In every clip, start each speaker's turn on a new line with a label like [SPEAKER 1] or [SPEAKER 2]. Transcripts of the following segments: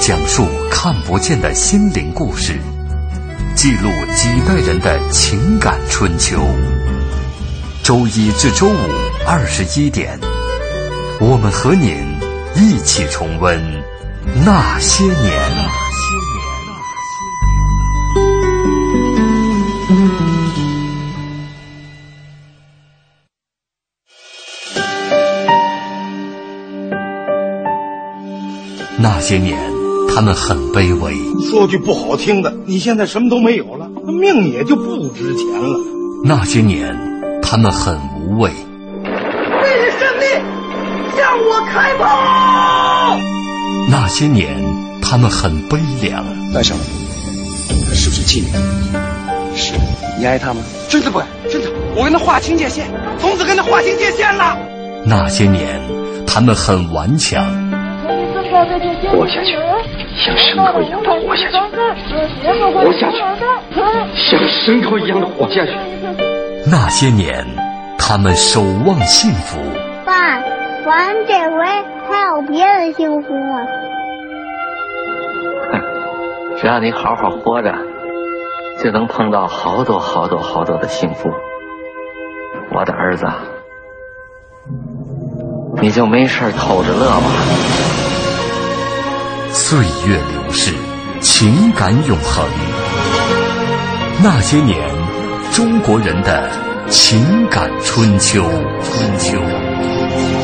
[SPEAKER 1] 讲述看不见的心灵故事，记录几代人的情感春秋。周一至周五二十一点，我们和您一起重温那些年。那些年，他们很卑微，
[SPEAKER 2] 说句不好听的，你现在什么都没有了，那命也就不值钱了。
[SPEAKER 1] 那些年，他们很无畏。
[SPEAKER 3] 为了胜利，向我开炮！
[SPEAKER 1] 那些年，他们很悲凉。
[SPEAKER 4] 大小，是不是气你？是，你爱他吗？
[SPEAKER 5] 真的不爱，真的，我跟他划清界限，从此跟他划清界限了。
[SPEAKER 1] 那些年，他们很顽强。
[SPEAKER 4] 活下去，像牲口一样的活下去，
[SPEAKER 5] 活下去，像牲口一样的活下去。
[SPEAKER 1] 那些年，他们守望幸福。
[SPEAKER 6] 爸，咱这回还有别的幸福吗？
[SPEAKER 7] 只要你好好活着，就能碰到好多好多好多的幸福。我的儿子，你就没事偷着乐吧。
[SPEAKER 1] 岁月流逝，情感永恒。那些年，中国人的情感春秋。春秋。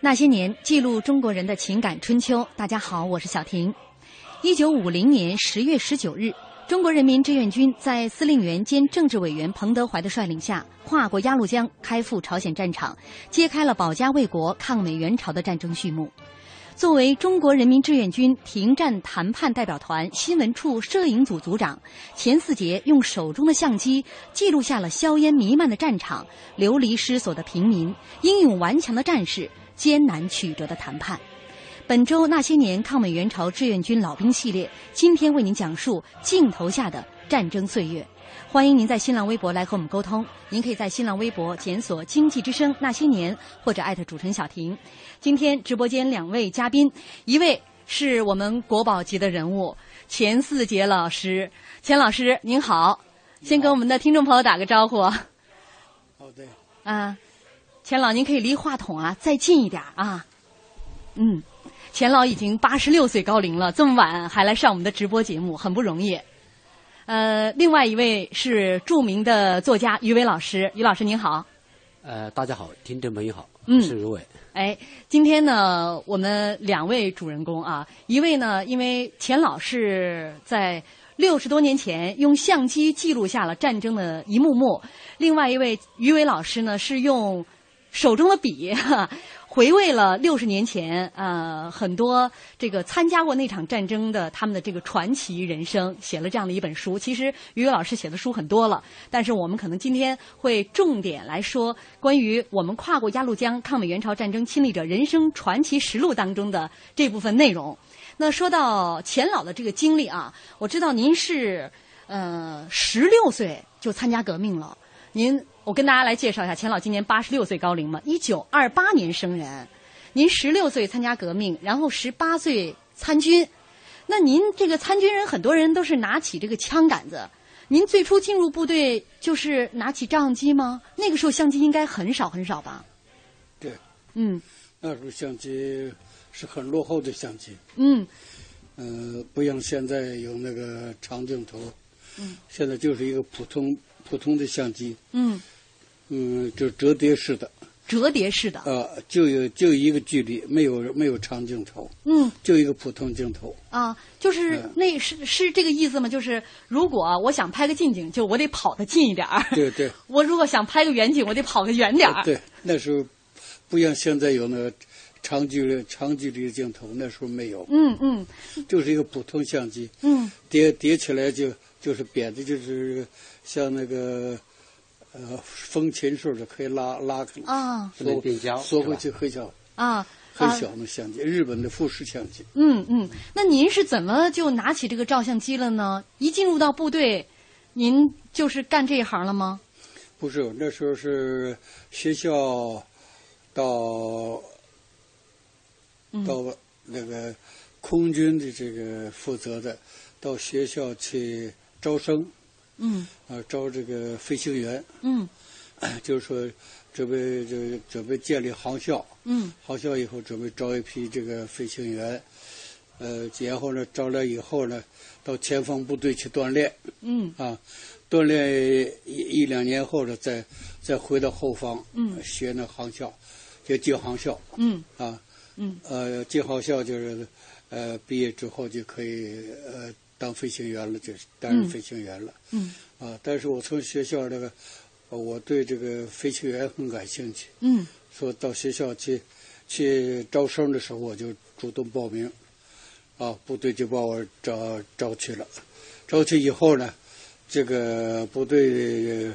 [SPEAKER 8] 那些年，记录中国人的情感春秋。大家好，我是小婷。一九五零年十月十九日，中国人民志愿军在司令员兼政治委员彭德怀的率领下，跨过鸭绿江，开赴朝鲜战场，揭开了保家卫国、抗美援朝的战争序幕。作为中国人民志愿军停战谈判代表团新闻处摄影组组长，钱四杰用手中的相机记录下了硝烟弥漫的战场、流离失所的平民、英勇顽强的战士、艰难曲折的谈判。本周《那些年抗美援朝志愿军老兵》系列，今天为您讲述镜头下的战争岁月。欢迎您在新浪微博来和我们沟通。您可以在新浪微博检索“经济之声那些年”或者艾特主持人小婷。今天直播间两位嘉宾，一位是我们国宝级的人物钱四杰老师，钱老师您好，先跟我们的听众朋友打个招呼。
[SPEAKER 9] 好的。
[SPEAKER 8] 啊，钱老，您可以离话筒啊再近一点啊。嗯，钱老已经八十六岁高龄了，这么晚还来上我们的直播节目，很不容易。呃，另外一位是著名的作家于伟老师，于老师您好。
[SPEAKER 10] 呃，大家好，听众朋友好，嗯，是如伟。
[SPEAKER 8] 哎，今天呢，我们两位主人公啊，一位呢，因为钱老是在六十多年前用相机记录下了战争的一幕幕，另外一位于伟老师呢，是用手中的笔。 哈回味了六十年前，呃，很多这个参加过那场战争的他们的这个传奇人生，写了这样的一本书。其实于老师写的书很多了，但是我们可能今天会重点来说关于我们跨过鸭绿江抗美援朝战争亲历者人生传奇实录当中的这部分内容。那说到钱老的这个经历啊，我知道您是呃十六岁就参加革命了，您。我跟大家来介绍一下，钱老今年八十六岁高龄嘛，一九二八年生人。您十六岁参加革命，然后十八岁参军。那您这个参军人，很多人都是拿起这个枪杆子。您最初进入部队就是拿起照相机吗？那个时候相机应该很少很少吧？
[SPEAKER 9] 对，
[SPEAKER 8] 嗯，
[SPEAKER 9] 那时候相机是很落后的相机。
[SPEAKER 8] 嗯，
[SPEAKER 9] 呃，不像现在有那个长镜头。
[SPEAKER 8] 嗯，
[SPEAKER 9] 现在就是一个普通普通的相机。
[SPEAKER 8] 嗯。
[SPEAKER 9] 嗯，就折叠式的，
[SPEAKER 8] 折叠式的。
[SPEAKER 2] 呃，就有就一个距离，没有没有长镜头，
[SPEAKER 8] 嗯，
[SPEAKER 2] 就一个普通镜头。
[SPEAKER 8] 啊，就是
[SPEAKER 2] 嗯
[SPEAKER 8] 那是是这个意思吗？就是如果我想拍个近景，就我得跑得近一点儿。
[SPEAKER 2] 对对。
[SPEAKER 8] 我如果想拍个远景，我得跑得远点儿。
[SPEAKER 2] 对，那时候不像现在有那个长距离长距离镜头，那时候没有。
[SPEAKER 8] 嗯嗯。
[SPEAKER 2] 就是一个普通相机。
[SPEAKER 8] 嗯。
[SPEAKER 2] 叠叠起来就就是扁的，就是像那个。呃，风琴似的可以拉拉开
[SPEAKER 8] 啊，
[SPEAKER 2] 缩
[SPEAKER 11] 变焦，
[SPEAKER 2] 缩回去很小
[SPEAKER 8] 啊，
[SPEAKER 2] 很小的相机，日本的富士相机。
[SPEAKER 8] 嗯嗯，那您是怎么就拿起这个照相机了呢？一进入到部队，您就是干这一行了吗？
[SPEAKER 2] 不是，那时候是学校到到那个空军的这个负责的，到学校去招生。
[SPEAKER 8] 嗯，
[SPEAKER 2] 啊，招这个飞行员，
[SPEAKER 8] 嗯，
[SPEAKER 2] 就是说准备这准备建立航校，
[SPEAKER 8] 嗯，
[SPEAKER 2] 航校以后准备招一批这个飞行员，呃，然后呢，招来以后呢，到前方部队去锻炼，
[SPEAKER 8] 嗯，
[SPEAKER 2] 啊，锻炼一一两年后呢，再再回到后方，
[SPEAKER 8] 嗯，
[SPEAKER 2] 学那航校，就进航校，
[SPEAKER 8] 嗯，
[SPEAKER 2] 啊，
[SPEAKER 8] 嗯，
[SPEAKER 2] 呃，进航校就是呃，毕业之后就可以呃。当飞行员了，就是担任飞行员了。
[SPEAKER 8] 嗯，
[SPEAKER 2] 啊，但是我从学校这个，呃我对这个飞行员很感兴趣。
[SPEAKER 8] 嗯，
[SPEAKER 2] 说到学校去，去招生的时候，我就主动报名，啊，部队就把我招招去了。招去以后呢，这个部队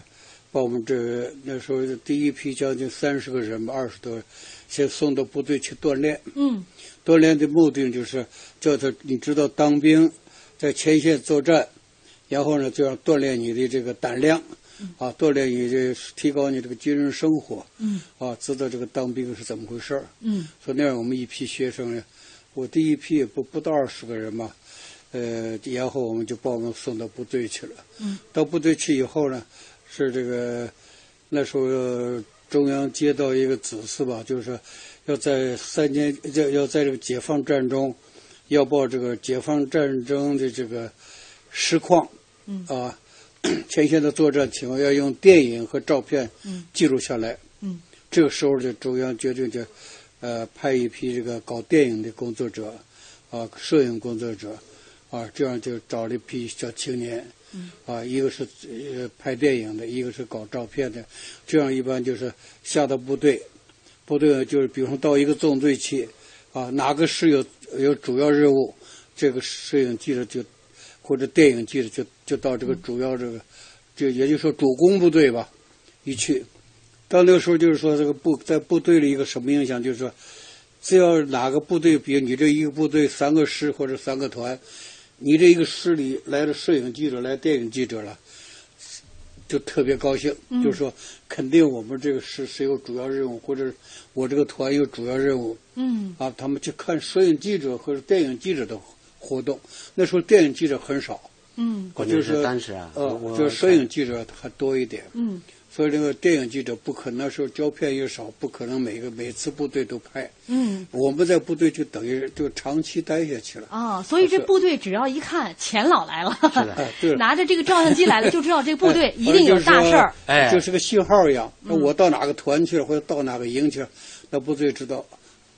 [SPEAKER 2] 把我们这那时候第一批将近三十个人吧，二十多，先送到部队去锻炼。
[SPEAKER 8] 嗯，
[SPEAKER 2] 锻炼的目的就是叫他，你知道当兵。在前线作战，然后呢，就要锻炼你的这个胆量，啊，锻炼你这提高你这个军人生活，
[SPEAKER 8] 嗯，
[SPEAKER 2] 啊，知道这个当兵是怎么回事儿，
[SPEAKER 8] 嗯，
[SPEAKER 2] 所以那样我们一批学生呢，我第一批也不不到二十个人吧，呃，然后我们就把我们送到部队去了，
[SPEAKER 8] 嗯，
[SPEAKER 2] 到部队去以后呢，是这个那时候中央接到一个指示吧，就是说要在三年要要在这个解放战中。要报这个解放战争的这个实况，
[SPEAKER 8] 嗯
[SPEAKER 2] 啊， 前线的作战情况要用电影和照片记录下来。
[SPEAKER 8] 嗯，
[SPEAKER 2] 这个时候就中央决定就，呃，派一批这个搞电影的工作者，啊，摄影工作者，啊，这样就找了一批小青年。
[SPEAKER 8] 嗯，
[SPEAKER 2] 啊，一个是呃拍电影的，一个是搞照片的，这样一般就是下到部队，部队就是比方到一个纵队去，啊，哪个师有有主要任务，这个摄影记者就或者电影记者就就到这个主要这个，就也就是说主攻部队吧，一去，到那个时候就是说这个部在部队里一个什么影响，就是说，只要哪个部队，比如你这一个部队三个师或者三个团，你这一个师里来了摄影记者来电影记者了。就特别高兴，
[SPEAKER 8] 嗯
[SPEAKER 2] 就是说，肯定我们这个师谁有主要任务，或者我这个团有主要任务，
[SPEAKER 8] 嗯
[SPEAKER 2] 啊，他们去看摄影记者和电影记者的活动。那时候电影记者很少，
[SPEAKER 8] 嗯
[SPEAKER 11] 关
[SPEAKER 2] 就
[SPEAKER 11] 键
[SPEAKER 2] 是
[SPEAKER 11] 当时啊，
[SPEAKER 2] 呃
[SPEAKER 11] 我，
[SPEAKER 2] 就是摄影记者还多一点。
[SPEAKER 8] 嗯
[SPEAKER 2] 所以这个电影记者不可能，那时候胶片也少，不可能每个每次部队都拍。
[SPEAKER 8] 嗯
[SPEAKER 2] 我们在部队就等于就长期待下去了。
[SPEAKER 8] 啊，所以这部队只要一看钱老来了，
[SPEAKER 2] 哎 对了
[SPEAKER 8] 拿着这个照相机来了，就知道这个部队
[SPEAKER 2] 哎
[SPEAKER 8] 一定有大事儿。嗯
[SPEAKER 2] 而且
[SPEAKER 11] 哎
[SPEAKER 2] 就是说就是个信号一样。那我到哪个团去了，或者到哪个营去了，那部队知道，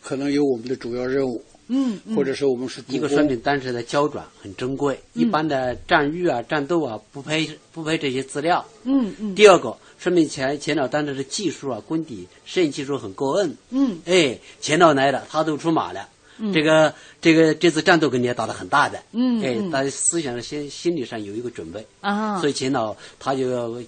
[SPEAKER 2] 可能有我们的主要任务，
[SPEAKER 8] 嗯嗯
[SPEAKER 2] 或者是我们是主
[SPEAKER 11] 一个
[SPEAKER 2] 攻
[SPEAKER 11] 说明当时的胶转很珍贵，
[SPEAKER 8] 嗯
[SPEAKER 11] 一般的战役啊、战斗啊不配不配这些资料。
[SPEAKER 8] 嗯嗯
[SPEAKER 11] 第二个，说明前前老当时的技术啊、功底、摄影技术很过硬。
[SPEAKER 8] 嗯
[SPEAKER 11] 哎，前老来了，他都出马了。这个这个这次战斗肯定打得很大的。
[SPEAKER 8] 嗯
[SPEAKER 11] 哎
[SPEAKER 8] 嗯，
[SPEAKER 11] 他思想上心心理上有一个准备。
[SPEAKER 8] 啊
[SPEAKER 11] 所以钱老他就，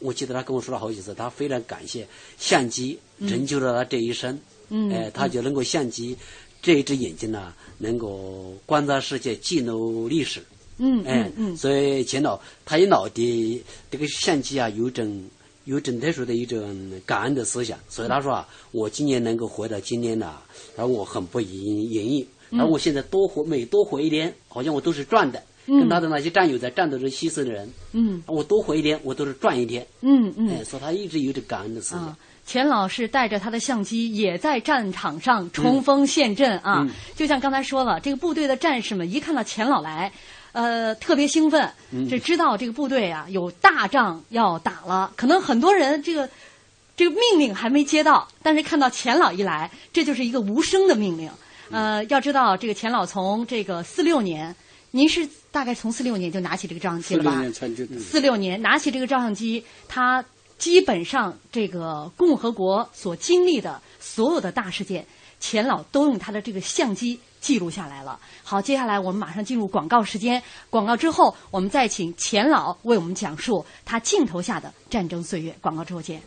[SPEAKER 11] 我记得他跟我说了好几次，他非常感谢相机拯救了他这一生。
[SPEAKER 8] 嗯
[SPEAKER 11] 哎，他就能够相机这一只眼睛呢，能够观察世界，记录历史。
[SPEAKER 8] 嗯
[SPEAKER 11] 哎
[SPEAKER 8] 嗯，嗯
[SPEAKER 11] 所以钱老他一老的这个相机啊，有一种有一种特殊的一种感恩的思想，所以他说啊，我今年能够活到今天呢、然后我很不容容易，
[SPEAKER 8] 嗯
[SPEAKER 11] 然后我现在多活每多活一天，好像我都是赚的，跟他的那些战友在战斗中牺牲的人，
[SPEAKER 8] 嗯，
[SPEAKER 11] 我多活一天，我都是赚一天，
[SPEAKER 8] 嗯嗯
[SPEAKER 11] 哎，所以他一直有着感恩的思想
[SPEAKER 8] 啊。，钱老师带着他的相机也在战场上冲锋陷阵啊！就像刚才说了，这个部队的战士们一看到钱老来，呃，特别兴奋，这知道这个部队啊有大仗要打了。可能很多人这个这个命令还没接到，但是看到钱老一来，这就是一个无声的命令。呃，要知道这个钱老从这个四六年，您是大概从四六年就拿起这个照相机了吧？
[SPEAKER 9] 嗯
[SPEAKER 8] 四六年拿起这个照相机，他基本上这个共和国所经历的所有的大事件，钱老都用他的这个相机记录下来了。好，接下来我们马上进入广告时间，广告之后我们再请钱老为我们讲述他镜头下的战争岁月。广告之后见。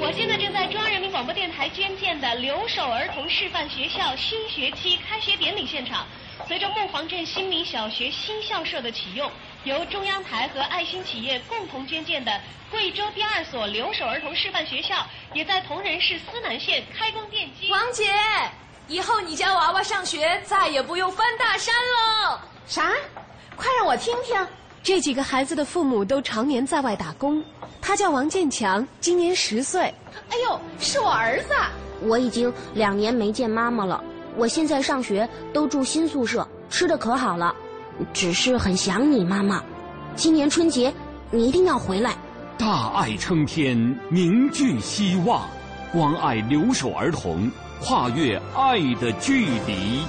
[SPEAKER 12] 我现在正在中央人民广播电台捐建的留守儿童示范学校新学期开学典礼现场。随着木黄镇新民小学新校舍的启用，由中央台和爱心企业共同捐建的贵州第二所留守儿童示范学校，也在铜仁市思南县开工奠基。
[SPEAKER 13] 王姐，以后你家娃娃上学再也不用翻大山喽。
[SPEAKER 14] 啥？快让我听听。
[SPEAKER 15] 这几个孩子的父母都常年在外打工。他叫王建强，今年十岁。
[SPEAKER 14] 哎呦，是我儿子！
[SPEAKER 13] 啊
[SPEAKER 16] 我已经两年没见妈妈了。我现在上学都住新宿舍，吃的可好了，只是很想你妈妈。今年春节你一定要回来。
[SPEAKER 17] 大爱撑天，凝聚希望，关爱留守儿童，跨越爱的距离。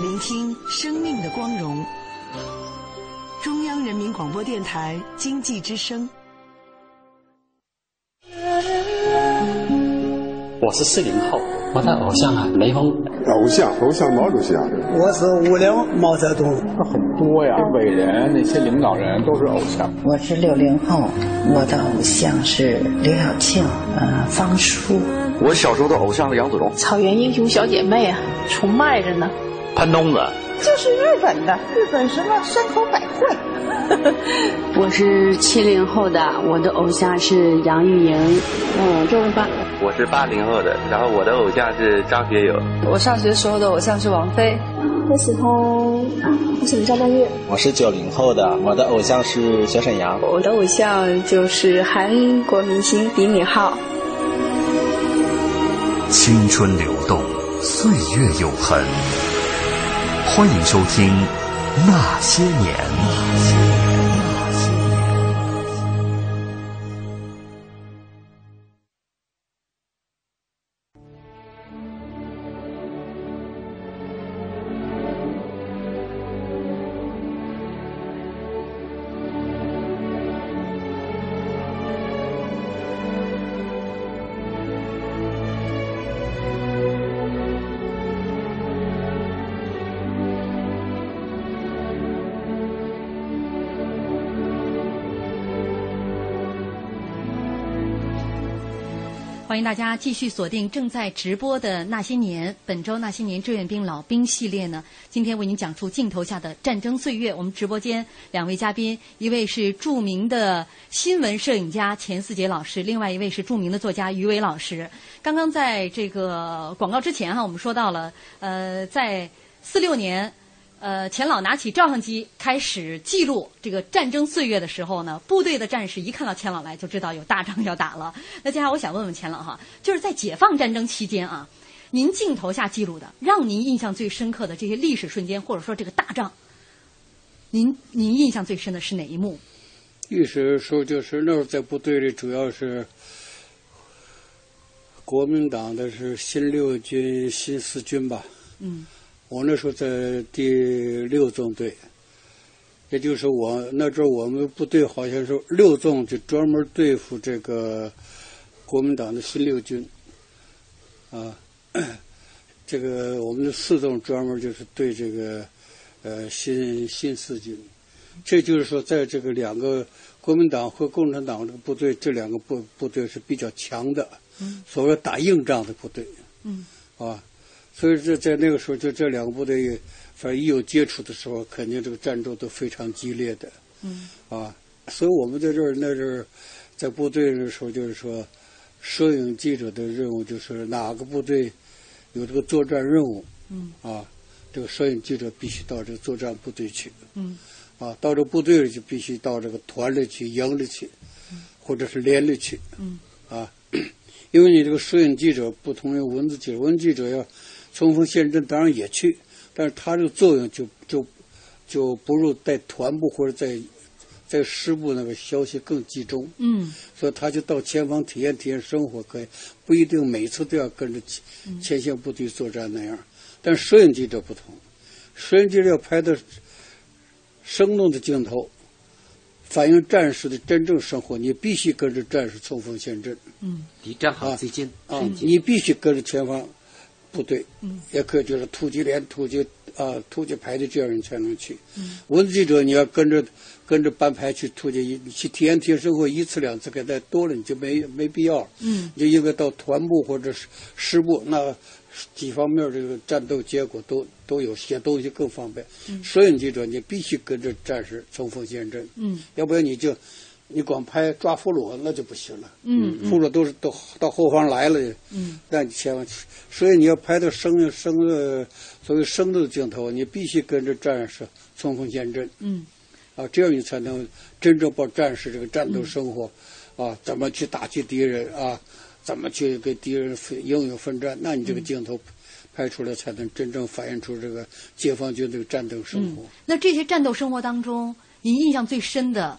[SPEAKER 18] 聆听生命的光荣，中央人民广播电台经济之声。
[SPEAKER 19] 我是四零后，我的偶像啊雷锋，
[SPEAKER 20] 偶像偶像毛主席啊。
[SPEAKER 21] 我是五零毛泽东。
[SPEAKER 22] 那很多呀，伟人那些领导人都是偶像。
[SPEAKER 23] 我是六零后，我的偶像是刘晓庆，呃，方舒。
[SPEAKER 24] 我小时候的偶像是杨子荣。
[SPEAKER 25] 草原英雄小姐妹啊，崇拜着呢。
[SPEAKER 26] 潘东子，
[SPEAKER 27] 这是日本的，日本什么山口百惠。
[SPEAKER 28] 我是七零后的，我的偶像是杨钰莹。
[SPEAKER 29] 嗯，周润发。
[SPEAKER 30] 我是八零后的，然后我的偶像是张学友。
[SPEAKER 31] 我上学时候的偶像是王菲。
[SPEAKER 32] 我喜欢，我喜欢张震岳。
[SPEAKER 33] 我是九零后的，我的偶像是小沈阳。
[SPEAKER 34] 我的偶像就是韩国明星李敏镐。
[SPEAKER 1] 青春流动，岁月永恒。欢迎收听《那些年》。
[SPEAKER 8] 欢迎大家继续锁定正在直播的《那些年》，本周《那些年》志愿兵老兵系列呢，今天为您讲述镜头下的战争岁月。我们直播间两位嘉宾，一位是著名的新闻摄影家钱四杰老师，另外一位是著名的作家于伟老师。刚刚在这个广告之前哈、啊，我们说到了，呃，在四六年。呃，钱老拿起照相机开始记录这个战争岁月的时候呢，部队的战士一看到钱老来就知道有大仗要打了。 那接下来我想问问钱老哈，就是在解放战争期间啊，您镜头下记录的，让您印象最深刻的这些历史瞬间，或者说这个大仗，您您印象最深的是哪一幕？
[SPEAKER 9] 历史说就是那时候在部队里主要是国民党的是新六军、新四军吧。
[SPEAKER 8] 嗯。
[SPEAKER 9] 我那时候在第六纵队，也就是我那阵我们部队好像是六纵，就专门对付这个国民党的新六军，啊，这个我们的四纵专门就是对这个呃新新四军，这就是说在这个两个国民党和共产党这个部队，这两个部部队是比较强的，
[SPEAKER 8] 嗯、
[SPEAKER 9] 所谓打硬仗的部队，
[SPEAKER 8] 嗯，
[SPEAKER 9] 啊。所以这在那个时候，就这两个部队，反正一有接触的时候，肯定这个战斗都非常激烈的。
[SPEAKER 8] 嗯。
[SPEAKER 9] 啊，所以我们在这儿那阵儿，在部队的时候，就是说，摄影记者的任务就是哪个部队有这个作战任务，
[SPEAKER 8] 嗯，
[SPEAKER 9] 啊，这个摄影记者必须到这个作战部队去，
[SPEAKER 8] 嗯，
[SPEAKER 9] 啊，到这部队里就必须到这个团里去、营里去，
[SPEAKER 8] 嗯、
[SPEAKER 9] 或者是连着去，
[SPEAKER 8] 嗯，
[SPEAKER 9] 啊，因为你这个摄影记者不同于文字记者，文字记者要冲锋陷阵，当然也去，但是他这个作用就就就不如在团部或者在在师部那个消息更集中，
[SPEAKER 8] 嗯，
[SPEAKER 9] 所以他就到前方体验体验生活，可以不一定每次都要跟着前线部队作战那样，嗯、但摄影记者不同，摄影记者要拍的生动的镜头。反映战士的真正生活，你必须跟着战士冲锋陷阵。
[SPEAKER 8] 嗯，
[SPEAKER 2] 离战壕最近
[SPEAKER 9] 啊，你必须跟着前方部队。
[SPEAKER 8] 嗯，
[SPEAKER 9] 也可以就是突击连、突击啊、突击排的这样人才能去。
[SPEAKER 8] 嗯，
[SPEAKER 9] 文字记者你要跟着跟着班排去突击，你去体验体验生活一次两次，给他多了你就没没必要了。
[SPEAKER 8] 嗯，
[SPEAKER 9] 你就应该到团部或者是师部，那几方面这个战斗结果都都有，写东西更方便。
[SPEAKER 8] 嗯，
[SPEAKER 9] 摄影记者你必须跟着战士冲锋陷阵。
[SPEAKER 8] 嗯，
[SPEAKER 9] 要不然你就你光拍抓俘虏那就不行了。
[SPEAKER 8] 嗯，
[SPEAKER 9] 俘虏都是到到后方来了。
[SPEAKER 8] 嗯，
[SPEAKER 9] 那你千万，所以你要拍到生生的所谓生动的镜头，你必须跟着战士冲锋陷阵。
[SPEAKER 8] 嗯，
[SPEAKER 9] 啊，这样你才能真正把战士这个战斗生活，
[SPEAKER 8] 嗯、
[SPEAKER 9] 啊，怎么去打击敌人啊，怎么去跟敌人英勇奋战，那你这个镜头。
[SPEAKER 8] 嗯
[SPEAKER 9] 拍出来才能真正反映出这个解放军这个战斗生活、
[SPEAKER 8] 嗯。那这些战斗生活当中，您印象最深的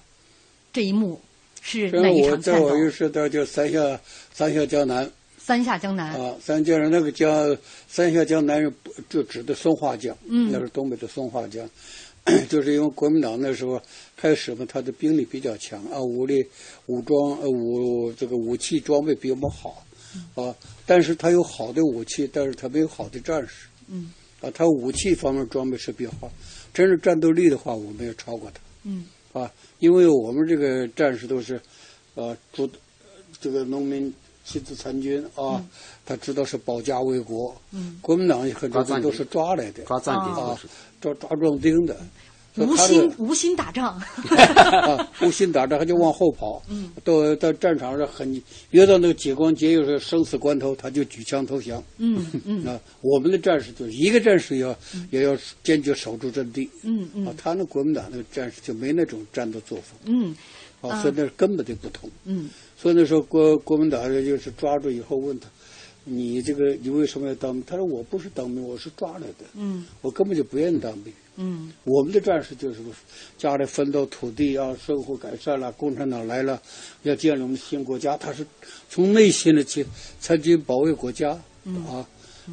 [SPEAKER 8] 这一幕是哪一场
[SPEAKER 9] 战斗？我在我一时代就三下三下江南。
[SPEAKER 8] 三下江南
[SPEAKER 9] 啊，三下江南那个江，三下江南就指的松花江，
[SPEAKER 8] 嗯，
[SPEAKER 9] 那是东北的松花江， 就是因为国民党那时候开始嘛，他的兵力比较强啊，武力、武装、呃武这个武器装备比我们好。啊，但是他有好的武器，但是他没有好的战士。
[SPEAKER 8] 嗯，
[SPEAKER 9] 啊，他武器方面装备是比较好，真是战斗力的话，我们要超过他。
[SPEAKER 8] 嗯，
[SPEAKER 9] 啊，因为我们这个战士都是，啊，主这个农民亲自参军啊，
[SPEAKER 8] 嗯、
[SPEAKER 9] 他知道是保家卫国。
[SPEAKER 8] 嗯，
[SPEAKER 9] 国民党很多都是抓来的，
[SPEAKER 2] 抓壮丁
[SPEAKER 9] 啊，抓抓壮丁的。
[SPEAKER 8] 无心无心 打仗
[SPEAKER 9] 啊，无心打仗，他就往后跑。
[SPEAKER 8] 嗯，
[SPEAKER 9] 到到战场上很越到那个节关节又是生死关头，他就举枪投降。
[SPEAKER 8] 嗯嗯
[SPEAKER 9] 啊，我们的战士就是一个战士要、嗯、也要坚决守住阵地。
[SPEAKER 8] 嗯嗯
[SPEAKER 9] 啊，他那国民党那个战士就没那种战斗作风。
[SPEAKER 8] 嗯
[SPEAKER 9] 啊，所以那根本就不同。
[SPEAKER 8] 嗯，
[SPEAKER 9] 所以那时候国国民党就是抓住以后问他。你这个，你为什么要当兵？他说我不是当兵，我是抓来的。
[SPEAKER 8] 嗯，
[SPEAKER 9] 我根本就不愿意当兵。
[SPEAKER 8] 嗯，
[SPEAKER 9] 我们的战士就是家里分到土地啊，生活改善了，共产党来了，要建立我们新国家。他是从内心的去参军保卫国家、
[SPEAKER 8] 嗯、
[SPEAKER 9] 啊，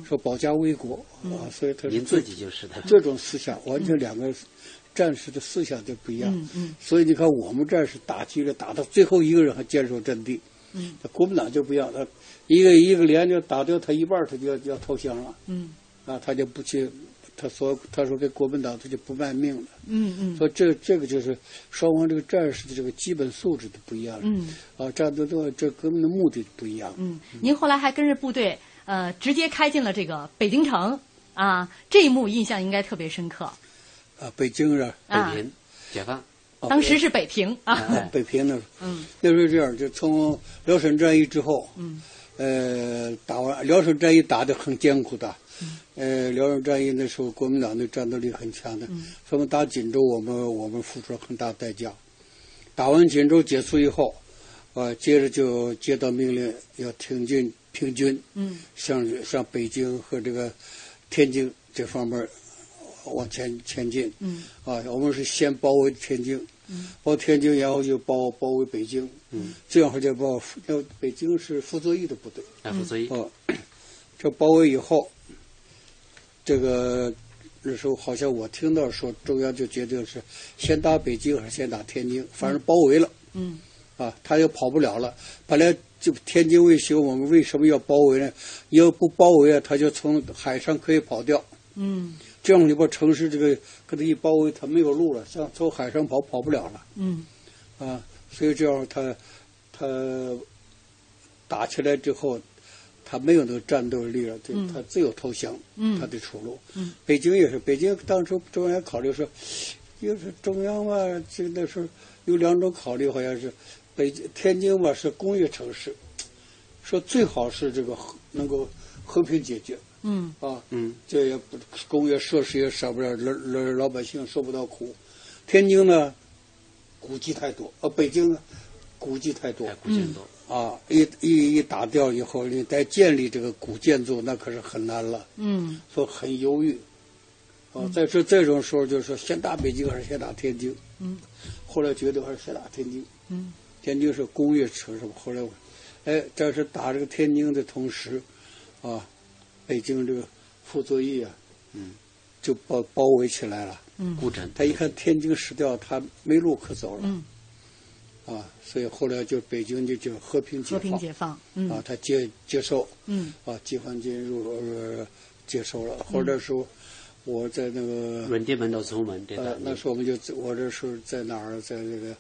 [SPEAKER 9] 说保家卫国、
[SPEAKER 8] 嗯、
[SPEAKER 9] 啊，所以他
[SPEAKER 2] 您自己就是他
[SPEAKER 9] 这种思想，完全两个战士的思想就不一样。
[SPEAKER 8] 嗯嗯，
[SPEAKER 9] 所以你看我们战士打击了，打到最后一个人还坚守阵地。
[SPEAKER 8] 嗯，
[SPEAKER 9] 国民党就不一样，他一个一个连就打掉他一半，他就要要投降了。
[SPEAKER 8] 嗯，
[SPEAKER 9] 啊，他就不去，他说他说给国民党他就不卖命了。
[SPEAKER 8] 嗯嗯，
[SPEAKER 9] 所以这这个就是双方这个战士的这个基本素质都不一样了。
[SPEAKER 8] 嗯，
[SPEAKER 9] 啊，战斗的这革命的目的不一样。
[SPEAKER 8] 嗯，您后来还跟着部队呃直接开进了这个北京城啊，这一幕印象应该特别深刻。
[SPEAKER 9] 啊，北京是
[SPEAKER 8] 啊，
[SPEAKER 2] 北平解放。
[SPEAKER 8] 当时是北平啊，
[SPEAKER 9] 哦北平那时
[SPEAKER 8] 候，嗯，
[SPEAKER 9] 那时候这样，就从辽沈战役之后，
[SPEAKER 8] 嗯，
[SPEAKER 9] 呃，打完辽沈战役打得很艰苦的，
[SPEAKER 8] 嗯、
[SPEAKER 9] 呃，辽沈战役那时候国民党的战斗力很强的，
[SPEAKER 8] 嗯，
[SPEAKER 9] 所以打锦州我们我们付出了很大代价，打完锦州结束以后，呃，接着就接到命令要挺进平军，
[SPEAKER 8] 嗯，
[SPEAKER 9] 向向北京和这个天津这方面往前前进，
[SPEAKER 8] 嗯，
[SPEAKER 9] 啊，我们是先包围天津。包天津，然后就包包围北京，
[SPEAKER 2] 嗯，
[SPEAKER 9] 这样就包，那北京是傅作义的部队，
[SPEAKER 2] 啊，傅作义，
[SPEAKER 9] 哦，这包围以后，这个那时候好像我听到说，中央就决定是先打北京还是先打天津，反正包围了，
[SPEAKER 8] 嗯，
[SPEAKER 9] 啊，他又跑不了了，本来。就天津卫星，我们为什么要包围呢？要不包围啊，他就从海上可以跑掉。
[SPEAKER 8] 嗯，
[SPEAKER 9] 这样你把城市这个给他一包围，他没有路了，像从海上跑跑不了了。
[SPEAKER 8] 嗯，
[SPEAKER 9] 啊，所以这样他他打起来之后，他没有那个战斗力了，对，
[SPEAKER 8] 嗯、
[SPEAKER 9] 他只有投降，
[SPEAKER 8] 嗯、
[SPEAKER 9] 他的出路。
[SPEAKER 8] 嗯、
[SPEAKER 9] 北京也是，北京当初中央考虑说，要是中央嘛，这那时候有两种考虑，好像是。北天津嘛是工业城市，说最好是这个能够和平解决。
[SPEAKER 8] 嗯
[SPEAKER 9] 啊，
[SPEAKER 2] 嗯，
[SPEAKER 9] 这也不工业设施也少不了，老老老呃百姓受不到苦。天津呢，古迹太多，啊，北京呢，古迹太多，
[SPEAKER 2] 古建筑
[SPEAKER 9] 啊，一一一打掉以后，你再建立这个古建筑，那可是很难了。
[SPEAKER 8] 嗯，
[SPEAKER 9] 所以很犹豫。啊，再说这种时候，就是说先打北京还是先打天津？
[SPEAKER 8] 嗯，
[SPEAKER 9] 后来决定还是先打天津。
[SPEAKER 8] 嗯，
[SPEAKER 9] 天津是工业城市嘛，后来我，哎，这是打这个天津的同时，啊，北京这个傅作义啊，
[SPEAKER 2] 嗯，
[SPEAKER 9] 就包包围起来了。
[SPEAKER 8] 嗯，
[SPEAKER 2] 古城，
[SPEAKER 9] 他一看天津失掉，他没路可走了。
[SPEAKER 8] 嗯。
[SPEAKER 9] 啊，所以后来就北京就就和平解放，
[SPEAKER 8] 和平解放，嗯、
[SPEAKER 9] 啊，他接接受，
[SPEAKER 8] 嗯，
[SPEAKER 9] 啊，解放军入呃接受了。后来时候，我在那个
[SPEAKER 2] 软地门到崇文这
[SPEAKER 9] 呃，那时候我们就我这是在哪儿，在那个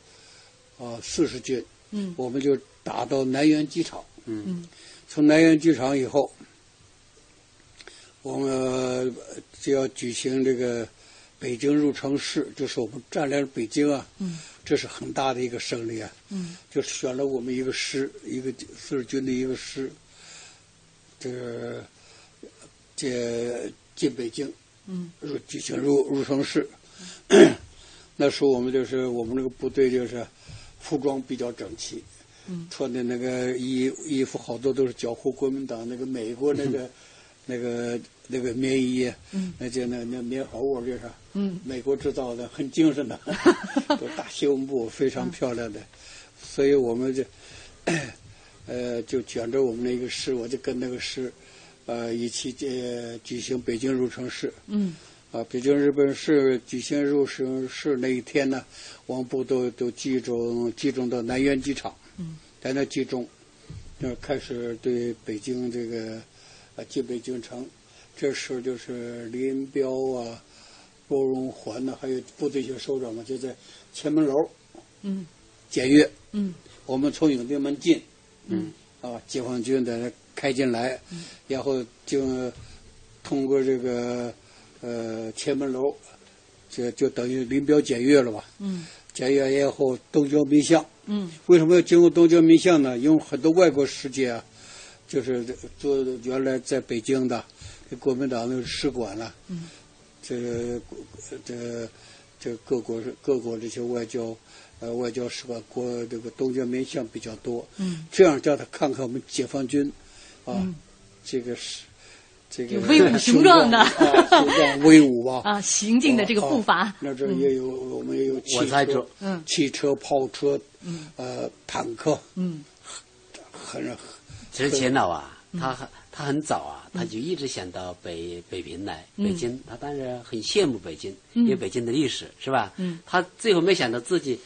[SPEAKER 9] 啊四十军，
[SPEAKER 8] 嗯，
[SPEAKER 9] 我们就打到南苑机场，
[SPEAKER 2] 嗯，
[SPEAKER 9] 从南苑机场以后，我们呃就要举行这个。北京入城式，就是我们占领北京啊，
[SPEAKER 8] 嗯，
[SPEAKER 9] 这是很大的一个胜利啊，
[SPEAKER 8] 嗯，
[SPEAKER 9] 就选了我们一个师，一个四十军的一个师，这个这进北京，
[SPEAKER 8] 嗯，
[SPEAKER 9] 入举行入入城式 那时候我们就是我们那个部队就是服装比较整齐，
[SPEAKER 8] 嗯，
[SPEAKER 9] 穿的那个衣衣服好多都是缴获国民党那个美国那 个。那个那个棉衣，
[SPEAKER 8] 嗯，
[SPEAKER 9] 那就那那棉袄窝就是，
[SPEAKER 8] 嗯，
[SPEAKER 9] 美国制造的，很精 神的，都大西红布，非常漂亮的，所以我们就，呃，就卷着我们那个师，我就跟那个师，呃，一起呃举行北京入城式，
[SPEAKER 8] 嗯，
[SPEAKER 9] 啊，北京日本市举行入城式那一天呢，我们部队都集中集中到南苑机场，
[SPEAKER 8] 嗯，
[SPEAKER 9] 在那集中，那开始对北京这个。啊，进北京城，这时候就是林彪啊、周荣桓呐、啊，还有部队学首长嘛，就在前门楼，
[SPEAKER 8] 嗯，
[SPEAKER 9] 检阅，
[SPEAKER 8] 嗯，
[SPEAKER 9] 我们从永定门进，
[SPEAKER 8] 嗯，
[SPEAKER 9] 啊，解放军在那开进来，
[SPEAKER 8] 嗯、
[SPEAKER 9] 然后就通过这个呃前门楼，这就等于林彪检阅了吧，
[SPEAKER 8] 嗯，
[SPEAKER 9] 检阅以后东交民巷，
[SPEAKER 8] 嗯，
[SPEAKER 9] 为什么要经过东交民巷呢？因为很多外国使节啊。就是做原来在北京的国民党那使馆了、啊，
[SPEAKER 8] 嗯，
[SPEAKER 9] 这这这各国各国这些外交呃外交使馆国这个东交民巷比较多，
[SPEAKER 8] 嗯，
[SPEAKER 9] 这样叫他看看我们解放军啊，
[SPEAKER 8] 嗯、
[SPEAKER 9] 这个是这个
[SPEAKER 8] 威武雄壮的
[SPEAKER 9] 啊，雄壮威武吧
[SPEAKER 8] 啊，行进的这个步伐，
[SPEAKER 9] 啊、那这也有、嗯、我们也有汽车，
[SPEAKER 8] 嗯，
[SPEAKER 9] 汽车、炮车，
[SPEAKER 8] 嗯，
[SPEAKER 9] 呃，坦克，
[SPEAKER 8] 嗯，
[SPEAKER 9] 很。很
[SPEAKER 2] 其实钱老啊，
[SPEAKER 8] 嗯
[SPEAKER 2] 他他很早啊，他就一直想到北北平来，
[SPEAKER 8] 嗯
[SPEAKER 2] 北京，他当然很羡慕北京，因为北京的历史是吧？
[SPEAKER 8] 嗯
[SPEAKER 2] 他最后没想到自己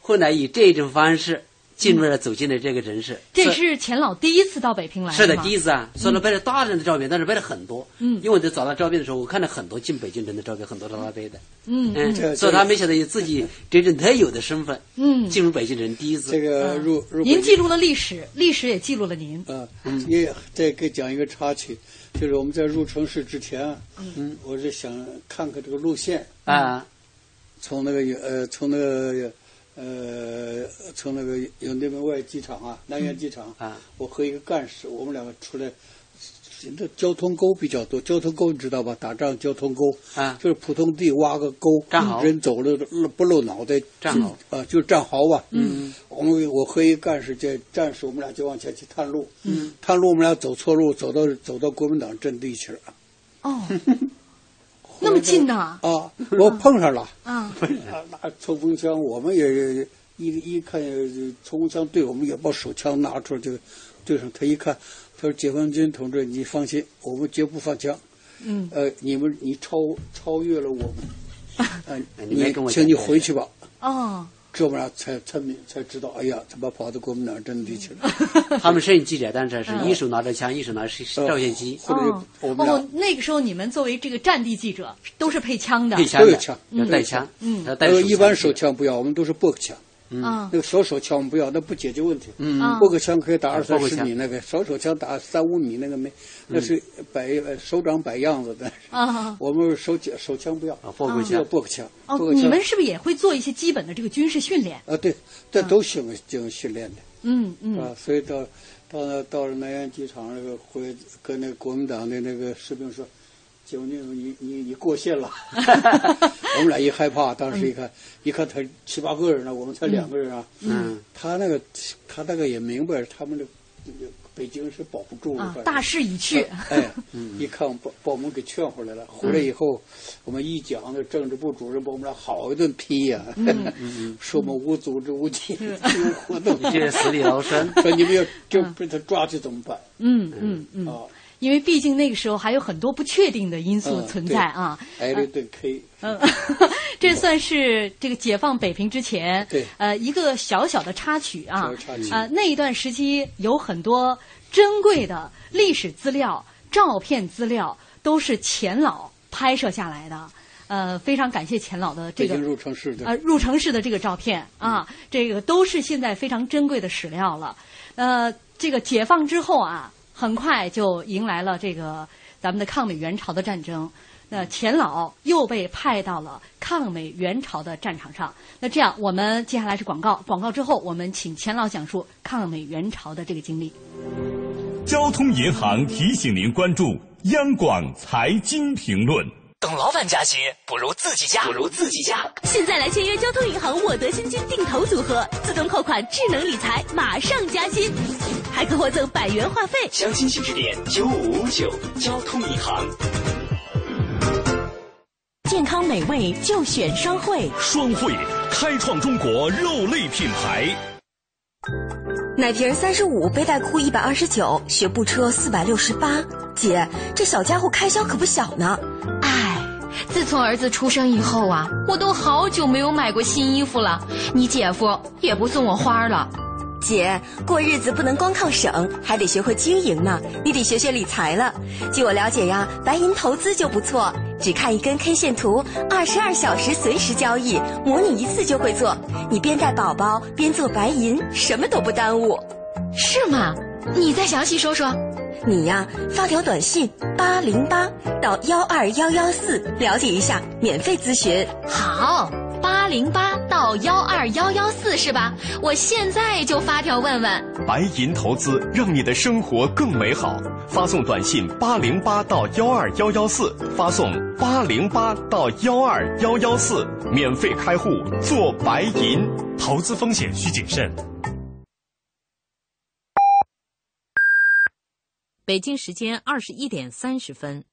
[SPEAKER 2] 后来以这种方式进入了走进了这个城市。
[SPEAKER 8] 这是钱老第一次到北平来，
[SPEAKER 2] 是的，第一次啊。虽然拍了大量的照片，但是拍了很多。
[SPEAKER 8] 嗯，
[SPEAKER 2] 因为我在找他照片的时候，我看到很多进北京人的照片，很多他拍的。
[SPEAKER 8] 嗯
[SPEAKER 2] 嗯，所以他没想到以自己真正特有的身份，
[SPEAKER 8] 嗯，
[SPEAKER 2] 进入北京人第一次。
[SPEAKER 9] 这个呃入入
[SPEAKER 8] 您记录了历史，历史也记录了您。
[SPEAKER 9] 啊，
[SPEAKER 2] 嗯
[SPEAKER 9] 也再给讲一个插曲，就是我们在入城市之前啊，
[SPEAKER 8] 嗯，
[SPEAKER 9] 我是想看看这个路线
[SPEAKER 2] 啊，
[SPEAKER 9] 从那个呃，从那个呃，从那个永定门外机场啊，南苑机场
[SPEAKER 2] 啊，
[SPEAKER 9] 我和一个干事，我们两个出来。这交通沟比较多，交通沟你知道吧？打仗交通沟
[SPEAKER 2] 啊，
[SPEAKER 9] 就是普通地挖个沟，人走了不露脑袋，
[SPEAKER 2] 战壕
[SPEAKER 9] 啊，就是战壕吧。
[SPEAKER 2] 嗯，
[SPEAKER 9] 我们我和一干事这战士，我们俩就往前去探路。
[SPEAKER 8] 嗯，
[SPEAKER 9] 探路我们俩走错路，走到走到国民党阵地去了。
[SPEAKER 8] 哦，那么近呢？
[SPEAKER 9] 啊，我碰上 了。
[SPEAKER 8] 啊，
[SPEAKER 9] 拿冲锋枪，我们也一一看冲锋枪对，我们也把手枪拿出来就对上，他一看。他说：“解放军同志，你放心，我们绝不放枪。
[SPEAKER 8] 嗯，
[SPEAKER 9] 呃，你们你超超越了我们，呃、
[SPEAKER 2] 你
[SPEAKER 9] 请你回去吧。
[SPEAKER 8] 哦，
[SPEAKER 9] 这我俩才才明才知道，哎呀，他妈跑到国民党阵地去了。
[SPEAKER 2] 他们摄影记者当时是一手拿着枪，一手拿着照相机。
[SPEAKER 9] 嗯哦
[SPEAKER 2] 嗯
[SPEAKER 9] 或者我们
[SPEAKER 8] 哦，那个时候你们作为这个战地记者都是配枪的，
[SPEAKER 2] 配枪
[SPEAKER 9] 的，
[SPEAKER 2] 要带枪，
[SPEAKER 8] 嗯，
[SPEAKER 2] 带
[SPEAKER 9] 呃一般手枪不要，我们都是步枪。”
[SPEAKER 8] 嗯，
[SPEAKER 9] 那个小手枪我们不要，那不解决问题。
[SPEAKER 2] 嗯，
[SPEAKER 9] 步个枪可以打二三十米，那个小手枪打三五米，那个没，那是呃摆手掌摆样子的。
[SPEAKER 8] 啊，
[SPEAKER 9] 我们手手枪不要，
[SPEAKER 2] 步啊个
[SPEAKER 9] 枪，步个枪。
[SPEAKER 8] 哦，你们是不是也会做一些基本的这个军事训练？
[SPEAKER 9] 啊，对，
[SPEAKER 2] 嗯
[SPEAKER 9] 这都训经训练的。
[SPEAKER 8] 嗯嗯。
[SPEAKER 9] 啊，所以到到到了南苑机场那个回跟那国民党的那个士兵说。
[SPEAKER 2] 姐夫，你你你你过线了。我们俩一害怕，当时一看，一看他七八个人了，我们才两个人啊。
[SPEAKER 35] 嗯，
[SPEAKER 2] 他那个他大概也明白他们的。北京是保不住了、啊，
[SPEAKER 8] 大势已去。
[SPEAKER 2] 哎， 一看把把我们给劝回来了。回来以后，嗯、我们一讲，那政治部主任把我们俩好一顿批呀、 啊，
[SPEAKER 8] 嗯、
[SPEAKER 2] 说我们无组织无纪律活 动，
[SPEAKER 35] 这是死里逃生。
[SPEAKER 2] 说你们要就被他抓去怎么办？
[SPEAKER 8] 嗯嗯嗯。啊，
[SPEAKER 9] 哦
[SPEAKER 8] 因为毕竟那个时候还有很多不确定的因
[SPEAKER 9] 嗯
[SPEAKER 8] 素存在啊。
[SPEAKER 2] 挨了顿 K。
[SPEAKER 8] 嗯，这算是这个解放北平之前，
[SPEAKER 2] 对，
[SPEAKER 8] 呃，一个小小的插曲啊，
[SPEAKER 2] 插曲
[SPEAKER 8] 呃，那一段时期有很多珍贵的历史资料、照片资料，都是钱老拍摄下来的。呃，非常感谢钱老的这个
[SPEAKER 2] 入城市的
[SPEAKER 8] 啊、呃，入城市的这个照片啊，嗯、这个都是现在非常珍贵的史料了。呃，这个解放之后啊，很快就迎来了这个咱们的抗美援朝的战争。那钱老又被派到了抗美援朝的战场上。那这样，我们接下来是广告，广告之后，我们请钱老讲述抗美援朝的这个经历。
[SPEAKER 3] 交通银行提醒您关注央广财经评论。
[SPEAKER 36] 等老板加薪，不如自己加。
[SPEAKER 37] 不如自己加。
[SPEAKER 38] 现在来签约交通银行沃德薪金定投组合，自动扣款，智能理财，马上加薪，还可获赠百元话费。
[SPEAKER 37] 详情请致电九五五九交通银行。
[SPEAKER 39] 健康美味就选双汇，
[SPEAKER 3] 双汇开创中国肉类品牌。
[SPEAKER 10] 奶瓶三十五，背带裤一百二十九，学步车四百六十八。姐，这小家伙开销可不小呢。
[SPEAKER 40] 唉，自从儿子出生以后啊，我都好久没有买过新衣服了。你姐夫也不送我花了。
[SPEAKER 10] 姐，过日子不能光靠省，还得学会经营呢。你得学学理财了。据我了解呀，白银投资就不错，只看一根 K 线图，二十二小时随时交易，模拟一次就会做。你边带宝宝边做白银，什么都不耽误。
[SPEAKER 40] 是吗？你再详细说说。
[SPEAKER 10] 你呀，发条短信八零八到幺二幺幺四了解一下，免费咨询。
[SPEAKER 40] 好。八零八到幺二幺幺四是吧？我现在就发条问问。
[SPEAKER 3] 白银投资让你的生活更美好，发送短信八零八到幺二幺幺四，发送八零八到幺二幺幺四，免费开户做白银。投资风险需谨慎。
[SPEAKER 41] 北京时间二十一点三十分。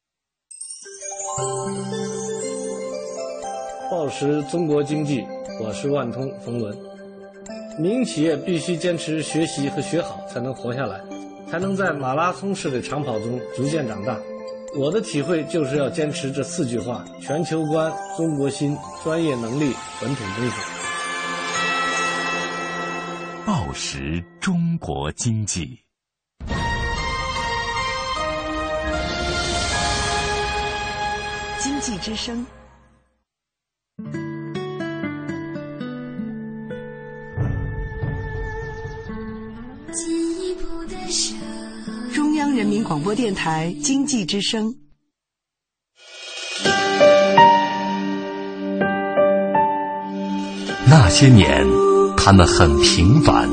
[SPEAKER 9] 报时中国经济，我是万通冯仑。民营企业必须坚持学习和学好，才能活下来，才能在马拉松式的长跑中逐渐长大。我的体会就是要坚持这四句话：全球观、中国心、专业能力、本土功夫。
[SPEAKER 3] 报时中国经济。
[SPEAKER 42] 经济之声。中央人民广播电台经济之声。
[SPEAKER 1] 那些年，他们很平凡。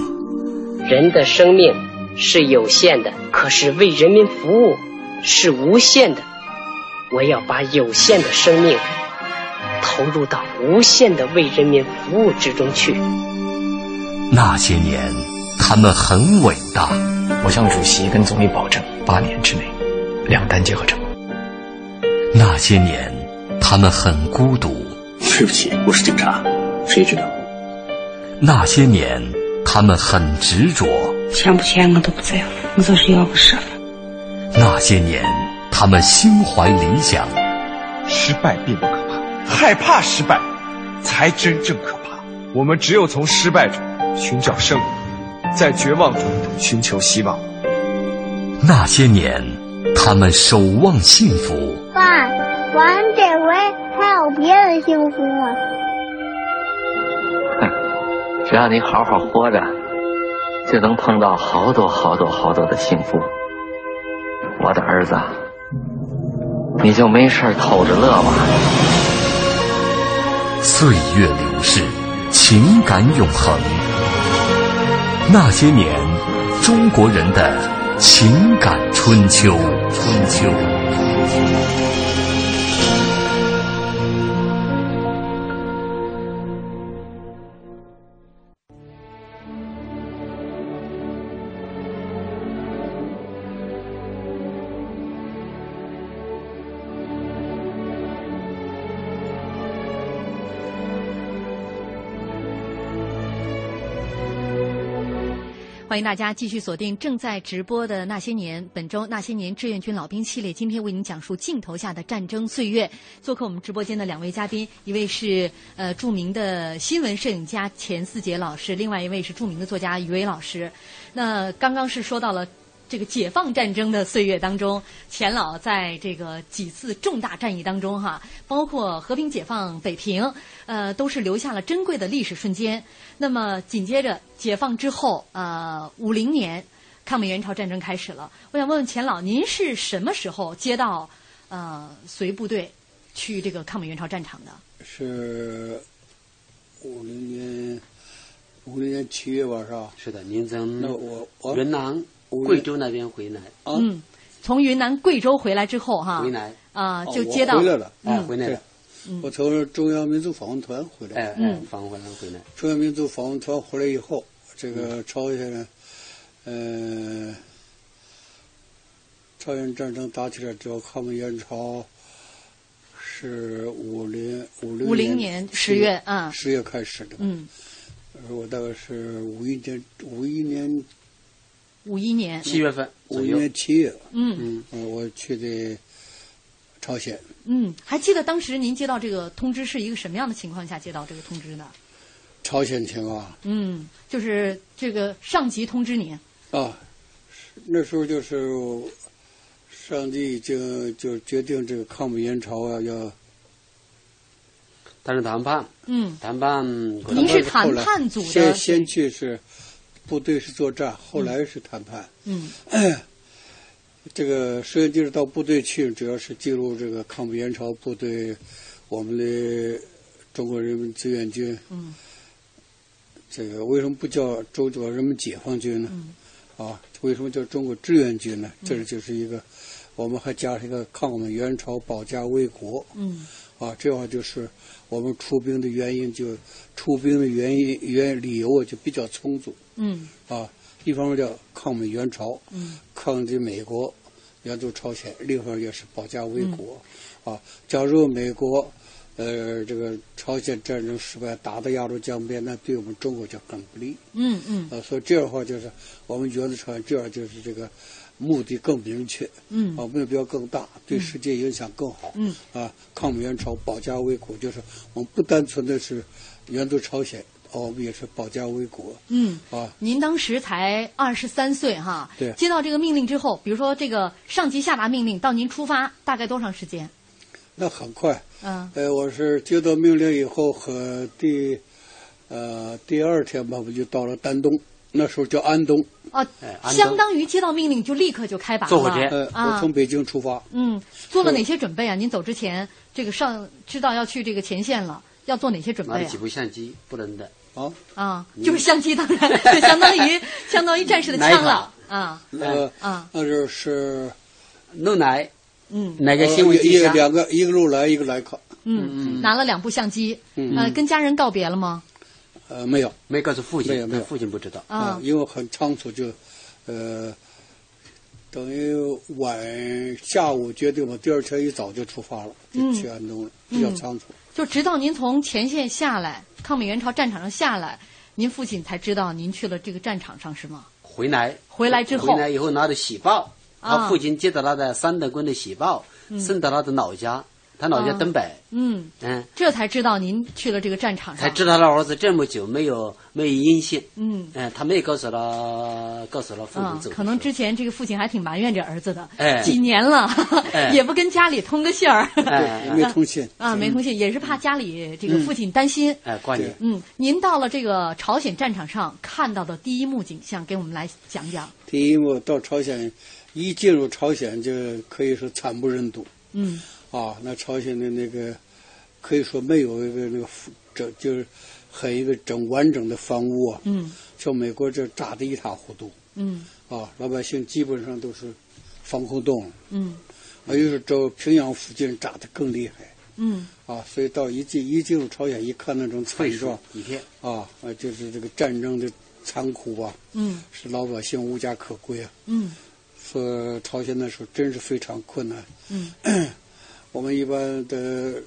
[SPEAKER 43] 人的生命是有限的，可是为人民服务是无限的。我要把有限的生命。投入到无限的为人民服务之中去。
[SPEAKER 1] 那些年，他们很伟大。
[SPEAKER 44] 我向主席跟总理保证，八年之内，两弹结合成功。
[SPEAKER 1] 那些年，他们很孤独。
[SPEAKER 45] 对不起，我是警察，谁知道？
[SPEAKER 1] 那些年，他们很执着。
[SPEAKER 46] 签不签我都不在乎，我就是要个身份。
[SPEAKER 1] 那些年，他们心怀理想。
[SPEAKER 47] 失败并不可怕。害怕失败，才真正可怕。我们只有从失败中寻找胜利，在绝望中寻求希望。
[SPEAKER 1] 那些年，他们守望幸福。
[SPEAKER 12] 爸，咱这回还有别的幸福吗？
[SPEAKER 48] 哼，只要你好好活着，就能碰到好多好多好多的幸福。我的儿子，你就没事偷着乐吧。
[SPEAKER 1] 岁月流逝，情感永恒。那些年，中国人的情感春秋。春秋。
[SPEAKER 8] 欢迎大家继续锁定正在直播的《那些年》，本周《那些年》志愿军老兵系列，今天为您讲述镜头下的战争岁月。做客我们直播间的两位嘉宾，一位是呃著名的新闻摄影家钱四杰老师，另外一位是著名的作家于伟老师。那刚刚是说到了。这个解放战争的岁月当中，钱老在这个几次重大战役当中，哈，包括和平解放北平，呃，都是留下了珍贵的历史瞬间。那么紧接着解放之后，呃，五零年抗美援朝战争开始了。我想问问钱老，您是什么时候接到呃随部队去这个抗美援朝战场的？
[SPEAKER 9] 是五零年，五零年七月吧，是吧？
[SPEAKER 2] 是的，您从
[SPEAKER 9] 那我我
[SPEAKER 2] 云南。贵州那边回来，
[SPEAKER 8] 嗯，从云南贵州回来之后哈，
[SPEAKER 2] 回来
[SPEAKER 8] 啊就接到嗯
[SPEAKER 9] 回来了，
[SPEAKER 2] 哎，哦回来了，
[SPEAKER 9] 我从中央民族访问团回来，
[SPEAKER 2] 哎
[SPEAKER 8] 嗯
[SPEAKER 2] 哎，访问团回来，
[SPEAKER 9] 中央民族访问团回来以后，这个
[SPEAKER 8] 嗯
[SPEAKER 9] 朝鲜，呃，朝鲜战争打起来之后，抗美援朝是五零五零
[SPEAKER 8] 五零年十月啊，
[SPEAKER 9] 十月开始的，呃
[SPEAKER 8] 嗯，
[SPEAKER 9] 我大概是五一年五一年。
[SPEAKER 8] 五一年
[SPEAKER 2] 七月份，
[SPEAKER 9] 五一年七月，
[SPEAKER 8] 嗯
[SPEAKER 9] 嗯，我去的朝鲜。
[SPEAKER 8] 嗯，还记得当时您接到这个通知是一个什么样的情况下接到这个通知的？
[SPEAKER 9] 朝鲜情况。
[SPEAKER 8] 嗯，就是这个上级通知您。
[SPEAKER 9] 啊，那时候就是上级已经就决定这个抗美援朝啊要。
[SPEAKER 2] 但是谈判，
[SPEAKER 8] 嗯，
[SPEAKER 2] 谈判，
[SPEAKER 8] 您是谈判组的。
[SPEAKER 9] 先先去是。部队是作战，后来是谈判。
[SPEAKER 8] 嗯，
[SPEAKER 9] 这个摄影记者到部队去，主要是记录这个抗美援朝部队，我们的中国人民志愿军。
[SPEAKER 8] 嗯，
[SPEAKER 9] 这个为什么不叫中国人民解放军呢？
[SPEAKER 8] 嗯、
[SPEAKER 9] 啊，为什么叫中国志愿军呢？这就是一个，我们还加上一个抗美援朝保家卫国。
[SPEAKER 8] 嗯，
[SPEAKER 9] 啊，这样就是我们出兵的原因就，就出兵的原因原理由啊就比较充足。
[SPEAKER 8] 嗯，
[SPEAKER 9] 啊，一方面叫抗美援朝，
[SPEAKER 8] 嗯，
[SPEAKER 9] 抗击美国，援助朝鲜；另一方面是保家卫国，嗯、啊，假如美国，呃，这个朝鲜战争失败，打到亚洲江边，那对我们中国就很不利。
[SPEAKER 8] 嗯嗯，
[SPEAKER 9] 啊，所以这样的话就是我们援助朝鲜，这样就是这个目的更明确，
[SPEAKER 8] 嗯，
[SPEAKER 9] 啊，目标更大，对世界影响更好，
[SPEAKER 8] 嗯，
[SPEAKER 9] 啊，抗美援朝，保家卫国，就是我们不单纯的是援助朝鲜。哦我们也是保家卫国。
[SPEAKER 8] 嗯，
[SPEAKER 9] 啊，
[SPEAKER 8] 您当时才二十三岁哈，
[SPEAKER 9] 对，
[SPEAKER 8] 接到这个命令之后，比如说这个上级下达命令到您出发，大概多长时间？
[SPEAKER 9] 那很快。
[SPEAKER 8] 嗯，
[SPEAKER 9] 呃，我是接到命令以后，和第，呃，第二天吧，我就到了丹东，那时候叫安东。
[SPEAKER 8] 啊，
[SPEAKER 9] 哎
[SPEAKER 8] 相当于接到命令就立刻就开拔了。
[SPEAKER 2] 坐火箭，
[SPEAKER 9] 呃，
[SPEAKER 8] 啊哎
[SPEAKER 9] 我从北京出发。
[SPEAKER 8] 嗯，做了哪些准备啊？您走之前，这个上知道要去这个前线了，要做哪些准备？
[SPEAKER 2] 拿了几部相机，不能的。
[SPEAKER 9] 啊
[SPEAKER 8] 啊，
[SPEAKER 2] 嗯
[SPEAKER 8] 就是相机，当然就相当 于相当于战士的枪了啊
[SPEAKER 2] 哎
[SPEAKER 9] 呃
[SPEAKER 8] 啊，
[SPEAKER 9] 那就是
[SPEAKER 2] 路来，
[SPEAKER 8] 嗯，
[SPEAKER 2] 哪个新闻
[SPEAKER 9] 呃一个两个，一个路来，一个来客。
[SPEAKER 8] 嗯，拿了两部相机，
[SPEAKER 2] 嗯
[SPEAKER 9] 呃，
[SPEAKER 8] 跟家人告别了吗？
[SPEAKER 9] 呃，没有，
[SPEAKER 2] 没告诉父亲，
[SPEAKER 9] 没有没有，
[SPEAKER 2] 父亲不知道
[SPEAKER 8] 啊，
[SPEAKER 9] 因为很仓促，就呃，等于晚下午决定吧，第二天一早就出发了，就去安东了，比较仓促。
[SPEAKER 8] 就直到您从前线下来，抗美援朝战场上下来，您父亲才知道您去了这个战场上，是吗？
[SPEAKER 2] 回来，
[SPEAKER 8] 回来之后，
[SPEAKER 2] 回来以后拿着喜报，
[SPEAKER 8] 啊、
[SPEAKER 2] 他父亲接到他的三等功的喜报，
[SPEAKER 8] 嗯、
[SPEAKER 2] 送到他的老家，他老家东北。
[SPEAKER 8] 嗯、
[SPEAKER 2] 啊、嗯，嗯
[SPEAKER 8] 这才知道您去了这个战场上，
[SPEAKER 2] 才知道他儿子这么久没有没有音信。
[SPEAKER 8] 嗯
[SPEAKER 2] 嗯，他没有告诉他，告诉他父亲走、
[SPEAKER 8] 啊。可能之前这个父亲还挺埋怨这儿子的，
[SPEAKER 2] 哎、
[SPEAKER 8] 几年了、
[SPEAKER 2] 哎、
[SPEAKER 8] 也不跟家里通个信儿，
[SPEAKER 2] 哎、
[SPEAKER 9] 没通信
[SPEAKER 8] 啊，没通信也是怕家里这个父亲担心。
[SPEAKER 2] 哎、嗯，挂念。
[SPEAKER 8] 嗯，您到了这个朝鲜战场上看到的第一幕景象，给我们来讲讲。
[SPEAKER 9] 第一幕到朝鲜，一进入朝鲜就可以说惨不忍睹。
[SPEAKER 8] 嗯。
[SPEAKER 9] 啊，那朝鲜的那个可以说没有一个那个整就是。很一个整完整的房屋啊，
[SPEAKER 8] 嗯，
[SPEAKER 9] 像美国这炸得一塌糊涂，
[SPEAKER 8] 嗯，
[SPEAKER 9] 啊，老百姓基本上都是防空洞，
[SPEAKER 8] 嗯，
[SPEAKER 9] 啊，又是这平壤附近炸得更厉害，
[SPEAKER 8] 嗯，
[SPEAKER 9] 啊，所以到一进一进入朝鲜，一看那种惨状，
[SPEAKER 2] 一片，
[SPEAKER 9] 啊，啊，就是这个战争的残酷啊，
[SPEAKER 8] 嗯，
[SPEAKER 9] 使老百姓无家可归啊，
[SPEAKER 8] 嗯，
[SPEAKER 9] 说朝鲜那时候真是非常困难，
[SPEAKER 8] 嗯
[SPEAKER 9] 我们一般的。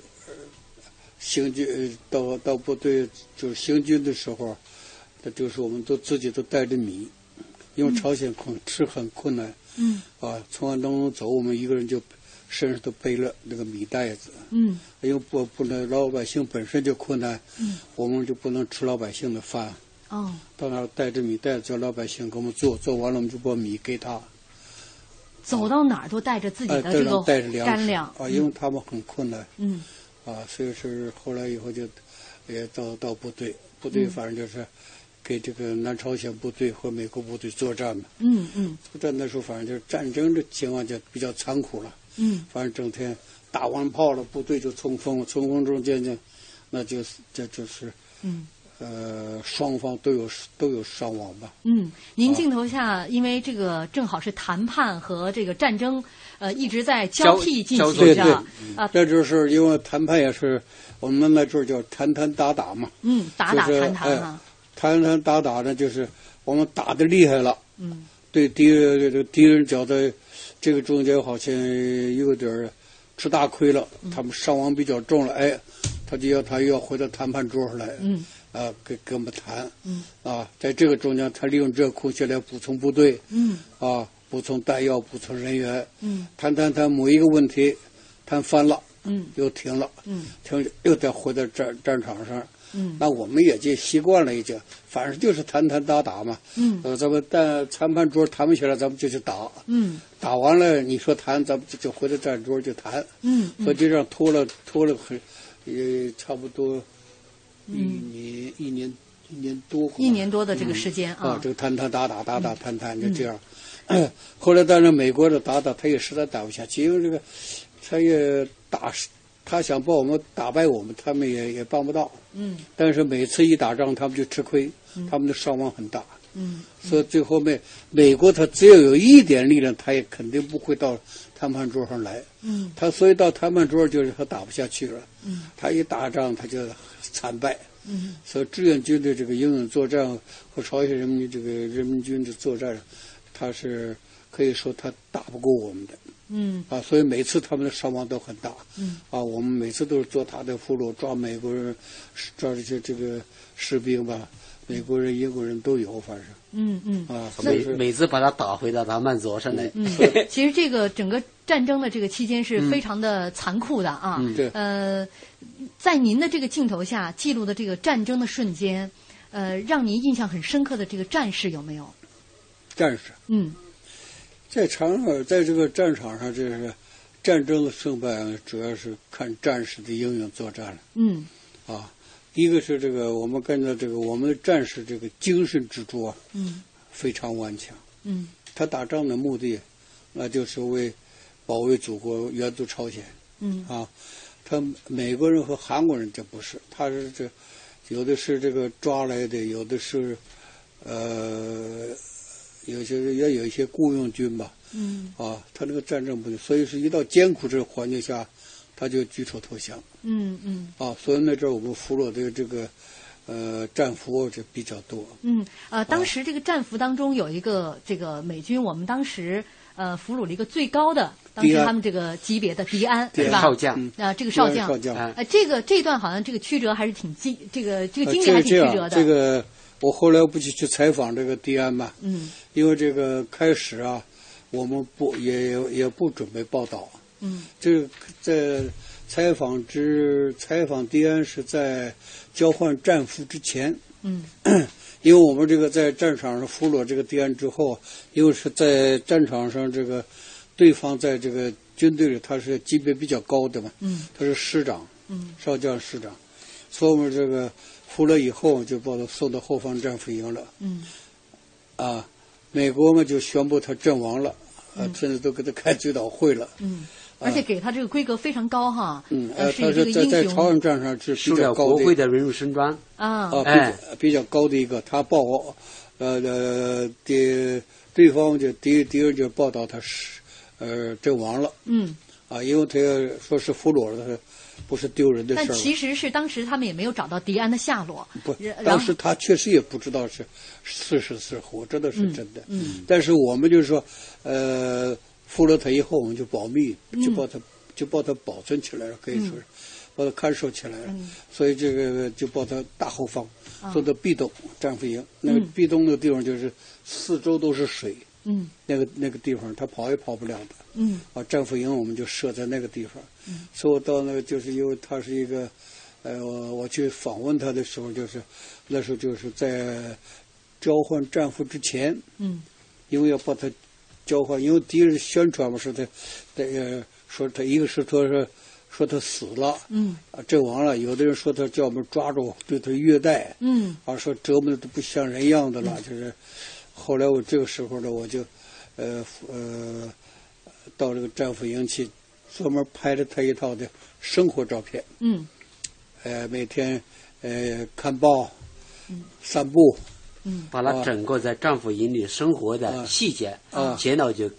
[SPEAKER 9] 行军呃到到部队就是行军的时候，那就是我们都自己都带着米，因为朝鲜困吃很困难。
[SPEAKER 8] 嗯。
[SPEAKER 9] 啊，从安东走，我们一个人就身上都背了那个米袋子。
[SPEAKER 8] 嗯。
[SPEAKER 9] 因为不不能老百姓本身就困难，
[SPEAKER 8] 嗯，
[SPEAKER 9] 我们就不能吃老百姓的饭。
[SPEAKER 8] 哦。
[SPEAKER 9] 到那儿带着米袋子，叫老百姓给我们做，做完了我们就把米给他。
[SPEAKER 8] 走到哪儿都带着自己
[SPEAKER 9] 呃
[SPEAKER 8] 的这个
[SPEAKER 9] 带着粮
[SPEAKER 8] 干粮
[SPEAKER 9] 啊，因为他们很困难。
[SPEAKER 8] 嗯。
[SPEAKER 9] 啊，所以是后来以后就，也到到部队，部
[SPEAKER 8] 嗯
[SPEAKER 9] 队反正就是给这个南朝鲜部队和美国部队作战嘛。
[SPEAKER 8] 嗯嗯。
[SPEAKER 9] 作战的时候，反正就是战争的情况就比较残酷了。
[SPEAKER 8] 嗯。
[SPEAKER 9] 反正整天打完炮了，部队就冲锋，冲锋中间呢，那就这就是
[SPEAKER 8] 嗯。
[SPEAKER 9] 呃，双方都有都有伤亡吧。
[SPEAKER 8] 嗯，您镜头下，因为这个正好是谈判和这个战争，呃，一直在交替进行
[SPEAKER 9] 对
[SPEAKER 8] 着
[SPEAKER 9] 对
[SPEAKER 8] 啊。
[SPEAKER 9] 这就是因为谈判也是我们那阵儿叫谈谈打打嘛。
[SPEAKER 8] 嗯，打打
[SPEAKER 9] 就是
[SPEAKER 8] 谈谈哈
[SPEAKER 9] 哎。谈谈打打呢，就是我们打的厉害了，
[SPEAKER 8] 嗯，
[SPEAKER 9] 对敌人这个敌人觉得这个中间好像嗯有点儿吃大亏了，他们伤亡比较重了，哎，他就要他又要回到谈判桌上来，
[SPEAKER 8] 嗯，
[SPEAKER 9] 啊，跟跟我们谈，
[SPEAKER 8] 嗯，
[SPEAKER 9] 啊，在这个中间，他利用这个空隙来补充部队，
[SPEAKER 8] 嗯，
[SPEAKER 9] 啊，补充弹药，补充人员，
[SPEAKER 8] 嗯，
[SPEAKER 9] 谈谈谈某一个问题，谈翻了，
[SPEAKER 8] 嗯，
[SPEAKER 9] 又停了，
[SPEAKER 8] 嗯，
[SPEAKER 9] 停又再回到战战场上，
[SPEAKER 8] 嗯，
[SPEAKER 9] 那我们也就习惯了，已经，反正就是谈谈打打嘛，
[SPEAKER 8] 嗯
[SPEAKER 9] 呃，咱们但谈判桌谈不起来，咱们就去打，
[SPEAKER 8] 嗯
[SPEAKER 9] 打完了你说谈，咱们就就回到战桌就谈，
[SPEAKER 8] 嗯嗯
[SPEAKER 9] 所以就这样拖了拖了很，也差不多一年、一年一年多，
[SPEAKER 8] 嗯一年多的这个时间
[SPEAKER 9] 嗯
[SPEAKER 8] 啊嗯
[SPEAKER 9] 这个谈谈打打打打谈谈就这样。 后来当然美国的打打他也实在打不下去，因为这个他也打，他想把我们打败我们，他们也也办不到。
[SPEAKER 8] 嗯
[SPEAKER 9] 但是每次一打仗，他们就吃亏
[SPEAKER 8] 嗯，
[SPEAKER 9] 他们的伤亡很大。
[SPEAKER 8] 嗯
[SPEAKER 9] 所以最后面，美国他只要有一点力量，他也肯定不会到谈判桌上来。
[SPEAKER 8] 嗯
[SPEAKER 9] 他所以到谈判桌就是他打不下去了，
[SPEAKER 8] 嗯
[SPEAKER 9] 他一打仗他就惨败。
[SPEAKER 8] 嗯
[SPEAKER 9] 所以志愿军的这个英勇作战和朝鲜人民这个人民军的作战，他是可以说他打不过我们的
[SPEAKER 8] 嗯
[SPEAKER 9] 啊，所以每次他们的伤亡都很大。
[SPEAKER 8] 嗯
[SPEAKER 9] 啊，我们每次都是做他的俘虏，抓美国人，抓这些这个士兵吧，美国人、英国人都有，反正。
[SPEAKER 8] 嗯嗯
[SPEAKER 9] 啊，所以
[SPEAKER 2] 每
[SPEAKER 9] 是
[SPEAKER 2] 每次把他打回到他慢桌上来。
[SPEAKER 8] 嗯，其实这个整个战争的这个期间是
[SPEAKER 9] 嗯
[SPEAKER 8] 非常的残酷的啊。
[SPEAKER 2] 嗯对
[SPEAKER 8] 呃，在您的这个镜头下记录的这个战争的瞬间，呃，让您印象很深刻的这个战士有没有？
[SPEAKER 9] 战士
[SPEAKER 8] 嗯
[SPEAKER 9] 在场上，在这个战场上，这是战争的胜败，主要是看战士的英勇作战了。
[SPEAKER 8] 嗯
[SPEAKER 9] 啊，一个是这个我们看到这个我们的战士这个精神支柱啊
[SPEAKER 8] 嗯
[SPEAKER 9] 非常顽强，
[SPEAKER 8] 嗯
[SPEAKER 9] 他打仗的目的，那就是为保卫祖国、援助朝鲜
[SPEAKER 8] 嗯
[SPEAKER 9] 啊。他美国人和韩国人这不是，他是这有的是这个抓来的，有的是呃，有些也有一些雇佣军吧
[SPEAKER 8] 嗯
[SPEAKER 9] 啊，他那个战争目的，所以是一到艰苦这个环境下，他就举手投降。
[SPEAKER 8] 嗯嗯
[SPEAKER 9] 啊，所以那阵儿我们俘虏的这个呃战俘这比较多。
[SPEAKER 8] 嗯，呃，
[SPEAKER 9] 哦
[SPEAKER 8] 当时这个战俘当中有一个这个美军，我们当时呃俘虏了一个最高的，当时
[SPEAKER 9] 迪安
[SPEAKER 8] 他们这个级别的迪安
[SPEAKER 9] 迪安
[SPEAKER 8] 是吧？
[SPEAKER 2] 少将嗯
[SPEAKER 8] 啊，这个少
[SPEAKER 9] 迪
[SPEAKER 8] 将
[SPEAKER 9] 安嗯少将
[SPEAKER 8] 呃，这个这段好像这个曲折还是挺经这个这个
[SPEAKER 9] 呃
[SPEAKER 8] 经历还
[SPEAKER 9] 这
[SPEAKER 8] 挺曲
[SPEAKER 9] 这
[SPEAKER 8] 折
[SPEAKER 9] 样，
[SPEAKER 8] 的。
[SPEAKER 9] 这个我后来不去去采访这个迪安嘛，
[SPEAKER 8] 嗯
[SPEAKER 9] 因为这个开始啊，我们不也也也不准备报道，
[SPEAKER 8] 嗯
[SPEAKER 9] 这个在采访之采访迪安是在交换战俘之前，
[SPEAKER 8] 嗯
[SPEAKER 9] 因为我们这个在战场上俘虏这个敌人之后，因为是在战场上这个对方在这个军队里他是级别比较高的嘛，
[SPEAKER 8] 嗯，
[SPEAKER 9] 他是师长，
[SPEAKER 8] 嗯
[SPEAKER 9] 少将师长，所以我们这个俘了以后就把他送到后方战俘营了
[SPEAKER 8] 嗯
[SPEAKER 9] 啊，美国嘛就宣布他阵亡了，啊
[SPEAKER 8] 嗯，
[SPEAKER 9] 甚至都给他开追悼会了。
[SPEAKER 8] 嗯，而且给他这个规格非常高哈，
[SPEAKER 9] 嗯，
[SPEAKER 8] 呃
[SPEAKER 9] 呃，
[SPEAKER 8] 是
[SPEAKER 9] 他
[SPEAKER 8] 一个
[SPEAKER 9] 是在在
[SPEAKER 8] 英
[SPEAKER 9] 朝
[SPEAKER 8] 雄
[SPEAKER 9] 鲜战场是
[SPEAKER 2] 受
[SPEAKER 9] 比
[SPEAKER 2] 了
[SPEAKER 9] 较高
[SPEAKER 2] 国
[SPEAKER 9] 的
[SPEAKER 2] 会的荣辱勋章，
[SPEAKER 8] 啊，
[SPEAKER 9] 啊，比
[SPEAKER 2] 哎
[SPEAKER 9] 较比较高的一个，他报呃呃敌对方就敌敌人就报道他是呃阵亡了
[SPEAKER 8] 嗯，
[SPEAKER 9] 啊，因为他要说是俘虏了，他不是丢人的
[SPEAKER 8] 但
[SPEAKER 9] 事儿
[SPEAKER 8] 其
[SPEAKER 9] 嘛。
[SPEAKER 8] 实是当时他们也没有找到迪安的下落，
[SPEAKER 9] 不
[SPEAKER 8] 然，
[SPEAKER 9] 当
[SPEAKER 8] 后
[SPEAKER 9] 时他确实也不知道是是是是活着的是
[SPEAKER 8] 嗯
[SPEAKER 9] 真的。
[SPEAKER 8] 嗯
[SPEAKER 9] 但是我们就是说，呃，俘了他以后，我们就保密，就
[SPEAKER 8] 嗯
[SPEAKER 9] 把他、就把他保存起来了，可以说是、把他看守起来了。
[SPEAKER 8] 嗯啊
[SPEAKER 9] 所以这个就把他大后方，做到壁洞战俘营。那
[SPEAKER 8] 嗯
[SPEAKER 9] 个壁洞那个地方就是四周都是水，
[SPEAKER 4] 嗯，
[SPEAKER 9] 那个那个地方他跑也跑不了的。
[SPEAKER 4] 嗯，
[SPEAKER 9] 啊，战俘营我们就设在那个地方。
[SPEAKER 4] 嗯，
[SPEAKER 9] 所以我到那个就是因为他是一个，呃，我我去访问他的时候，就是那时候就是在交换战俘之前，
[SPEAKER 4] 嗯，
[SPEAKER 9] 因为要把他交换，因为敌人宣传嘛，说他，这个说他一个是说是说他死了，
[SPEAKER 4] 嗯，
[SPEAKER 9] 啊，阵亡了，有的人说他叫我们抓住，对他虐待，
[SPEAKER 4] 嗯，
[SPEAKER 9] 啊，说折磨的都不像人样的了，就是后来我这个时候呢，我就，呃呃。到这个战俘营去，专门拍了他一套的生活照片。
[SPEAKER 4] 嗯，
[SPEAKER 9] 呃，每天呃看报、
[SPEAKER 4] 嗯、
[SPEAKER 9] 散步，
[SPEAKER 4] 嗯，
[SPEAKER 2] 把他整个在战俘营里生活的细节
[SPEAKER 9] 啊，
[SPEAKER 2] 前到就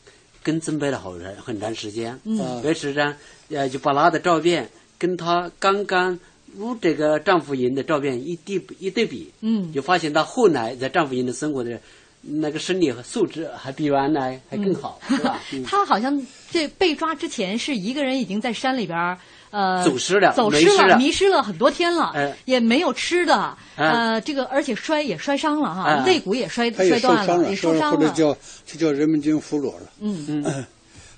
[SPEAKER 2] 跟曾贝了好长很长时间。
[SPEAKER 4] 嗯
[SPEAKER 2] 所以实际上呃就把他的照片跟他刚刚入这个战俘营的照片一对一对比，
[SPEAKER 4] 嗯，
[SPEAKER 2] 就发现他后来在战俘营的生活的。那个身体和素质还比原来还更好，是吧？
[SPEAKER 9] 嗯
[SPEAKER 8] 他好像这被抓之前是一个人已经在山里边儿呃
[SPEAKER 2] 走失了
[SPEAKER 8] 走
[SPEAKER 2] 迷失
[SPEAKER 8] 了，
[SPEAKER 2] 了
[SPEAKER 8] 迷失了很多天了，
[SPEAKER 2] 哎
[SPEAKER 8] 也没有吃的，
[SPEAKER 9] 哎
[SPEAKER 8] 呃，这个而且摔也摔伤了哈，
[SPEAKER 9] 哎
[SPEAKER 8] 肋骨也摔
[SPEAKER 9] 他也
[SPEAKER 8] 摔
[SPEAKER 9] 受
[SPEAKER 8] 断
[SPEAKER 9] 伤
[SPEAKER 8] 也
[SPEAKER 9] 了，
[SPEAKER 8] 受
[SPEAKER 9] 或
[SPEAKER 8] 伤
[SPEAKER 9] 者
[SPEAKER 8] 了，
[SPEAKER 9] 叫就叫人民军俘虏了。
[SPEAKER 8] 嗯
[SPEAKER 2] 嗯，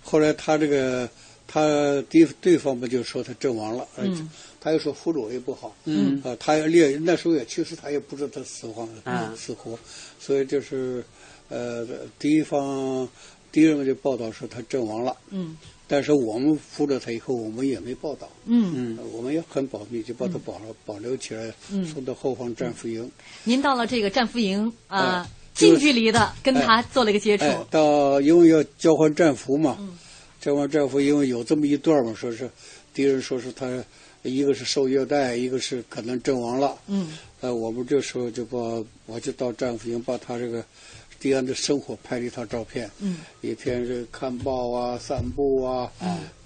[SPEAKER 9] 后来他这个他敌对方不就说他阵亡了，而且
[SPEAKER 4] 嗯
[SPEAKER 9] 他又说俘虏也不好，
[SPEAKER 4] 嗯
[SPEAKER 9] 啊，他也列那时候也其实他也不知道他死亡
[SPEAKER 2] 啊
[SPEAKER 4] 嗯
[SPEAKER 9] 死活，所以就是呃敌方敌人就报道说他阵亡了，
[SPEAKER 4] 嗯
[SPEAKER 9] 但是我们俘了他以后，我们也没报道。
[SPEAKER 8] 嗯
[SPEAKER 9] 呃我们也很保密，就把他保了、保留起来，
[SPEAKER 8] 嗯
[SPEAKER 9] 送到后方战俘营。
[SPEAKER 8] 您到了这个战俘营啊
[SPEAKER 9] 哎，
[SPEAKER 8] 近
[SPEAKER 9] 就是
[SPEAKER 8] 距离的跟他做了一个接触，
[SPEAKER 9] 哎，到因为要交换战俘嘛，
[SPEAKER 4] 嗯
[SPEAKER 9] 交换战俘，因为有这么一段嘛，说是敌人说是他一个是受虐待，一个是可能阵亡了。
[SPEAKER 4] 嗯
[SPEAKER 9] 呃，我们这时候就把我就到战俘营，把他这个敌人的生活拍了一套照片。
[SPEAKER 4] 嗯
[SPEAKER 9] 一天是看报啊、散步啊，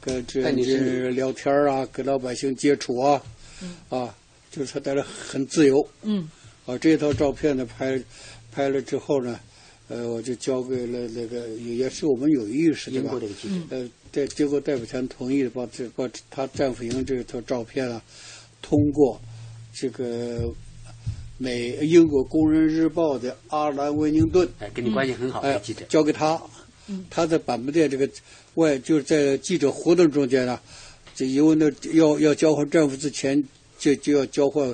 [SPEAKER 9] 跟志
[SPEAKER 2] 带
[SPEAKER 9] 愿
[SPEAKER 2] 你身体
[SPEAKER 9] 军聊天啊，跟老百姓接触啊，
[SPEAKER 4] 嗯
[SPEAKER 9] 啊，就是他带来很自由。
[SPEAKER 4] 嗯
[SPEAKER 9] 啊，这套照片呢拍拍了之后呢，呃，我就交给了那个也也是我们有意识的
[SPEAKER 2] 英
[SPEAKER 9] 吧
[SPEAKER 2] 国这个记者
[SPEAKER 9] 呃，对，经过代表团同意，把这把他战俘营这套照片啊，通过这个美英国《工人日报》的阿兰威宁顿，
[SPEAKER 2] 哎，跟你关系很好的
[SPEAKER 9] 哎
[SPEAKER 2] 记者，
[SPEAKER 9] 交给他，
[SPEAKER 4] 嗯
[SPEAKER 9] 他在板门店这个外就是在记者活动中间呢，这因为那要要交换战俘之前就就要交换，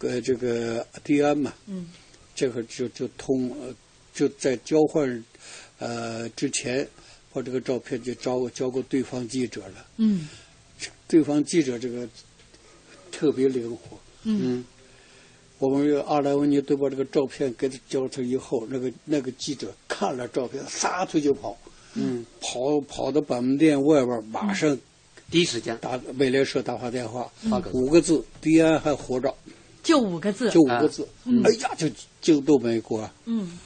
[SPEAKER 9] 呃，这个迪安嘛，
[SPEAKER 4] 嗯
[SPEAKER 9] 这个就就通呃就在交换呃之前，把这个照片就交交给对方记者了。
[SPEAKER 4] 嗯
[SPEAKER 9] 对方记者这个特别灵活，
[SPEAKER 4] 嗯，
[SPEAKER 9] 我们这个阿莱文尼都把这个照片给他交他以后，那个那个记者看了照片，撒腿就跑，
[SPEAKER 2] 嗯，
[SPEAKER 9] 跑跑到板门店外边，马上
[SPEAKER 2] 第一时间
[SPEAKER 9] 打美联社打发电话
[SPEAKER 2] 发给，我
[SPEAKER 9] 五个字：迪安还活着，
[SPEAKER 8] 就五个字，
[SPEAKER 9] 就五个字。
[SPEAKER 8] 嗯
[SPEAKER 9] 哎呀，就惊动美国啊！
[SPEAKER 8] 嗯。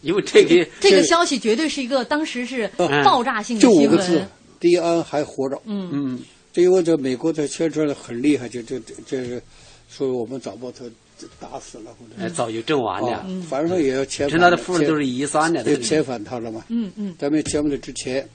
[SPEAKER 2] 因为这个
[SPEAKER 8] 这个消息绝对是一个当时是
[SPEAKER 9] 嗯
[SPEAKER 8] 爆炸性的
[SPEAKER 9] 就五
[SPEAKER 8] 新
[SPEAKER 9] 个字
[SPEAKER 8] 闻，：
[SPEAKER 9] 迪安还活着。
[SPEAKER 8] 嗯
[SPEAKER 2] 嗯，
[SPEAKER 9] 这因为这美国在宣传的很厉害，就这这这是说我们早把他打死了或者
[SPEAKER 2] 哎早就阵亡了
[SPEAKER 9] 啊，嗯反正也要遣
[SPEAKER 2] 趁
[SPEAKER 9] 返。
[SPEAKER 2] 他的夫人都是遗孀的
[SPEAKER 9] 就遣返他了嘛。
[SPEAKER 8] 嗯嗯
[SPEAKER 9] 咱们节目的之前，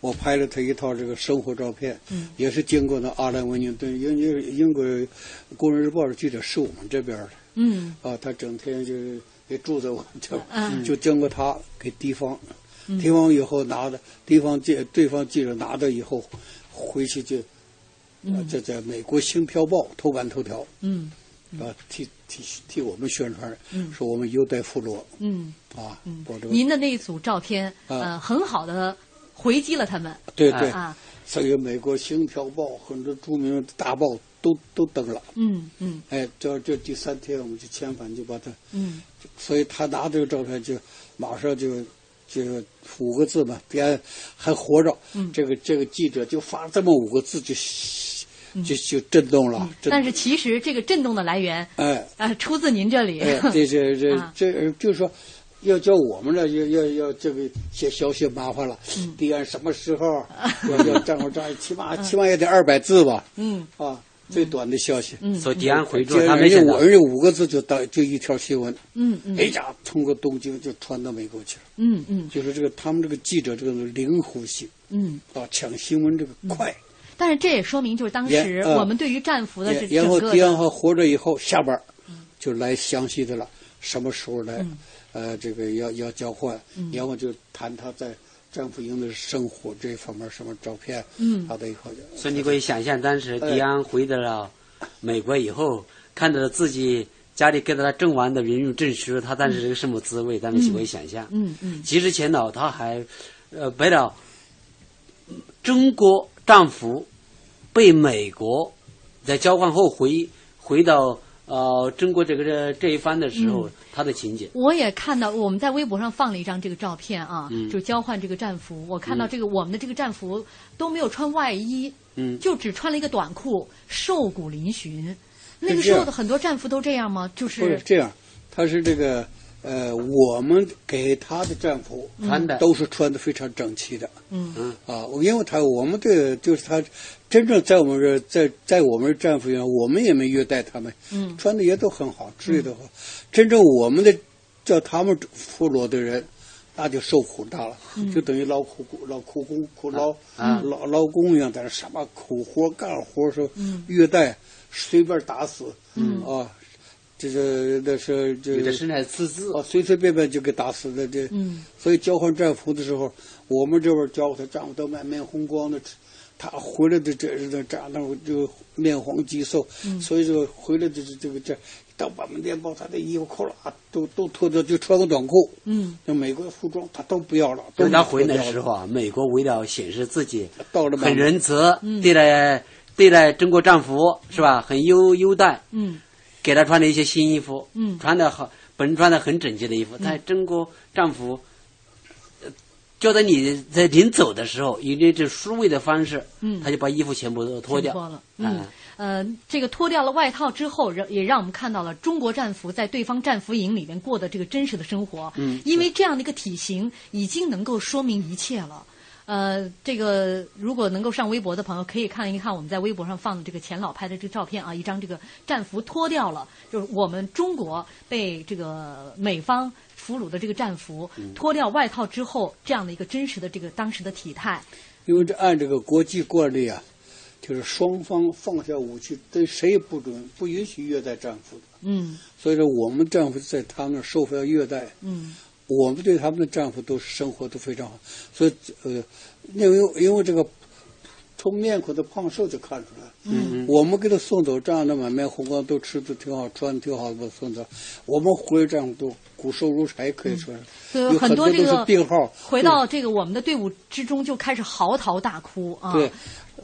[SPEAKER 9] 我拍了他一套这个生活照片，
[SPEAKER 4] 嗯
[SPEAKER 9] 也是经过那阿兰文宁顿，因为英国《工人日报》的记者是我们这边的，
[SPEAKER 4] 嗯
[SPEAKER 9] 啊，他整天就是也住在我们这儿，
[SPEAKER 4] 嗯
[SPEAKER 9] 就经过他给地方，
[SPEAKER 4] 嗯
[SPEAKER 9] 地方以后拿的，地方记对方记者拿到以后，回去就，啊，这在美国《星飘报》头版头条，
[SPEAKER 4] 嗯
[SPEAKER 9] 啊，替替替我们宣传，
[SPEAKER 8] 嗯
[SPEAKER 9] 说我们优待俘虏，
[SPEAKER 8] 嗯，
[SPEAKER 9] 啊，把这个
[SPEAKER 8] 您的那一组照片，
[SPEAKER 9] 啊
[SPEAKER 8] 呃，很好的回击了他们，
[SPEAKER 9] 对对
[SPEAKER 8] 啊，
[SPEAKER 9] 这个美国《星条报》很多著名的大报都都登了。
[SPEAKER 8] 嗯嗯
[SPEAKER 9] 哎，这这第三天我们就遣返，就把他，
[SPEAKER 8] 嗯
[SPEAKER 9] 所以他拿这个照片就马上就就五个字嘛，别人还活着。
[SPEAKER 8] 嗯
[SPEAKER 9] 这个这个记者就发这么五个字就就就震动了。震
[SPEAKER 8] 嗯但是其实这个震动的来源，
[SPEAKER 9] 哎
[SPEAKER 8] 呃，出自您这里，
[SPEAKER 9] 哎，这这这
[SPEAKER 8] 啊
[SPEAKER 9] 这就是说。要叫我们呢，要要要这个写消息麻烦了。
[SPEAKER 8] 嗯
[SPEAKER 9] 敌人什么时候要要战火战，起码起码也得二百字吧。
[SPEAKER 8] 嗯
[SPEAKER 9] 啊，最短的消息。
[SPEAKER 8] 嗯
[SPEAKER 2] 所以迪安回
[SPEAKER 9] 这
[SPEAKER 2] 转，他没
[SPEAKER 9] 人
[SPEAKER 2] 想
[SPEAKER 9] 家
[SPEAKER 2] 到
[SPEAKER 9] 五，人家五个字就当就一条新闻。
[SPEAKER 8] 嗯嗯
[SPEAKER 9] 哎呀，通过东京就传到美国去了。
[SPEAKER 8] 嗯嗯
[SPEAKER 9] 就是这个他们这个记者这个灵活性
[SPEAKER 8] 嗯，
[SPEAKER 9] 啊，抢新闻这个快。
[SPEAKER 8] 但是这也说明，就是当时我们对于战俘的这
[SPEAKER 9] 嗯然
[SPEAKER 8] 整
[SPEAKER 9] 后
[SPEAKER 8] 个
[SPEAKER 9] 敌人
[SPEAKER 8] 的
[SPEAKER 9] 还活着以后，下边儿就来详细的了，什么时候来，
[SPEAKER 2] 嗯
[SPEAKER 9] 呃，这个要要交换，
[SPEAKER 8] 嗯
[SPEAKER 9] 然后就谈他在战俘营的生活这方面什么照片，
[SPEAKER 8] 嗯
[SPEAKER 9] 他的以后就
[SPEAKER 2] 所以你可以想象，当时
[SPEAKER 9] 哎
[SPEAKER 2] 迪安回到了美国以后，看到了自己家里给他正完的民用证书，他当时这个什么滋味，咱们就可以想象。
[SPEAKER 8] 嗯嗯
[SPEAKER 2] 其实前头他还，呃，为了中国战俘被美国在交换后回回到呃中国这个这这一方的时候，
[SPEAKER 8] 嗯
[SPEAKER 2] 他的情景。
[SPEAKER 8] 我也看到，我们在微博上放了一张这个照片啊，
[SPEAKER 2] 嗯
[SPEAKER 8] 就交换这个战服。我看到
[SPEAKER 2] 嗯
[SPEAKER 8] 这个、我们的这个战服都没有穿外衣，
[SPEAKER 2] 嗯
[SPEAKER 8] 就只穿了一个短裤，瘦骨嶙峋。那个
[SPEAKER 9] 是这
[SPEAKER 8] 时
[SPEAKER 9] 样
[SPEAKER 8] 候的很多战俘都这样吗？就
[SPEAKER 9] 不是
[SPEAKER 8] 是
[SPEAKER 9] 这样，他是这个呃，我们给他的战俘
[SPEAKER 8] 嗯穿的
[SPEAKER 9] 都是穿的非常整齐的，
[SPEAKER 8] 嗯
[SPEAKER 2] 嗯
[SPEAKER 9] 啊，因为他我们的就是他真正在我们这儿在在我们战俘营，我们也没虐待他们，
[SPEAKER 8] 嗯
[SPEAKER 9] 穿的也都很好，治理的好。真正我们的叫他们俘虏的人，那就受苦大了，
[SPEAKER 4] 嗯
[SPEAKER 9] 就等于劳苦劳苦工苦劳、
[SPEAKER 4] 啊
[SPEAKER 9] 劳劳工一样，在那什么苦活干活说
[SPEAKER 4] 嗯
[SPEAKER 9] 虐待，随便打死，
[SPEAKER 4] 嗯
[SPEAKER 9] 啊。这个那是这
[SPEAKER 2] 有的甚至还自私
[SPEAKER 9] 啊，随随便便就给打死的这，
[SPEAKER 2] 嗯
[SPEAKER 9] 所以交换战俘的时候，我们这边交他丈夫都满面红光的，他回来的这这这那就面黄肌瘦，
[SPEAKER 4] 嗯
[SPEAKER 9] 所以说回来的这这个这，到把门店把他的衣服扣了啊，都都脱掉，就穿个短裤，
[SPEAKER 8] 嗯，
[SPEAKER 9] 那美国服装他都不要了，都
[SPEAKER 2] 等他回
[SPEAKER 9] 脱
[SPEAKER 2] 来
[SPEAKER 9] 掉
[SPEAKER 2] 的时
[SPEAKER 9] 了
[SPEAKER 2] 候啊，美国为了显示自己
[SPEAKER 9] 到了满
[SPEAKER 2] 很仁慈
[SPEAKER 8] 嗯，
[SPEAKER 2] 对待对待中国战俘是吧？很优优待，
[SPEAKER 8] 嗯
[SPEAKER 2] 给他穿了一些新衣服，
[SPEAKER 8] 嗯
[SPEAKER 2] 穿的好，本身穿的很整洁的衣服，但中国战俘，呃就在你在临走的时候，以那种舒慰的方式，
[SPEAKER 8] 嗯
[SPEAKER 2] 他就把衣服全部都脱掉，
[SPEAKER 8] 全脱了嗯
[SPEAKER 2] 嗯，
[SPEAKER 8] 呃，这个脱掉了外套之后，让也让我们看到了中国战俘在对方战俘营里面过的这个真实的生活。
[SPEAKER 17] 嗯
[SPEAKER 8] 因为这样的一个体型已经能够说明一切了。呃，这个如果能够上微博的朋友，可以看一看我们在微博上放的这个钱老拍的这个照片啊，一张这个战俘脱掉了，就是我们中国被这个美方俘虏的这个战俘
[SPEAKER 9] 嗯
[SPEAKER 8] 脱掉外套之后，这样的一个真实的这个当时的体态。
[SPEAKER 9] 因为这按这个国际惯例啊，就是双方放下武器，对谁也不准不允许虐待战俘的。
[SPEAKER 8] 嗯
[SPEAKER 9] 所以说，我们战俘在他们那儿受不了虐待，
[SPEAKER 8] 嗯
[SPEAKER 9] 我们对他们的战俘都是生活都非常好。所以，呃，因为因为这个从面孔的胖瘦就看出来，
[SPEAKER 4] 嗯
[SPEAKER 9] 我们给他送走，这样的满面红光，都吃的挺好，穿的挺好，给他送走。我们回来战俘都骨瘦如柴，可以说是、
[SPEAKER 8] 对，
[SPEAKER 9] 有很
[SPEAKER 8] 多这
[SPEAKER 9] 都
[SPEAKER 8] 个
[SPEAKER 9] 是病号。
[SPEAKER 8] 回到这个我们的队伍之中就开始嚎啕大哭啊。
[SPEAKER 9] 对，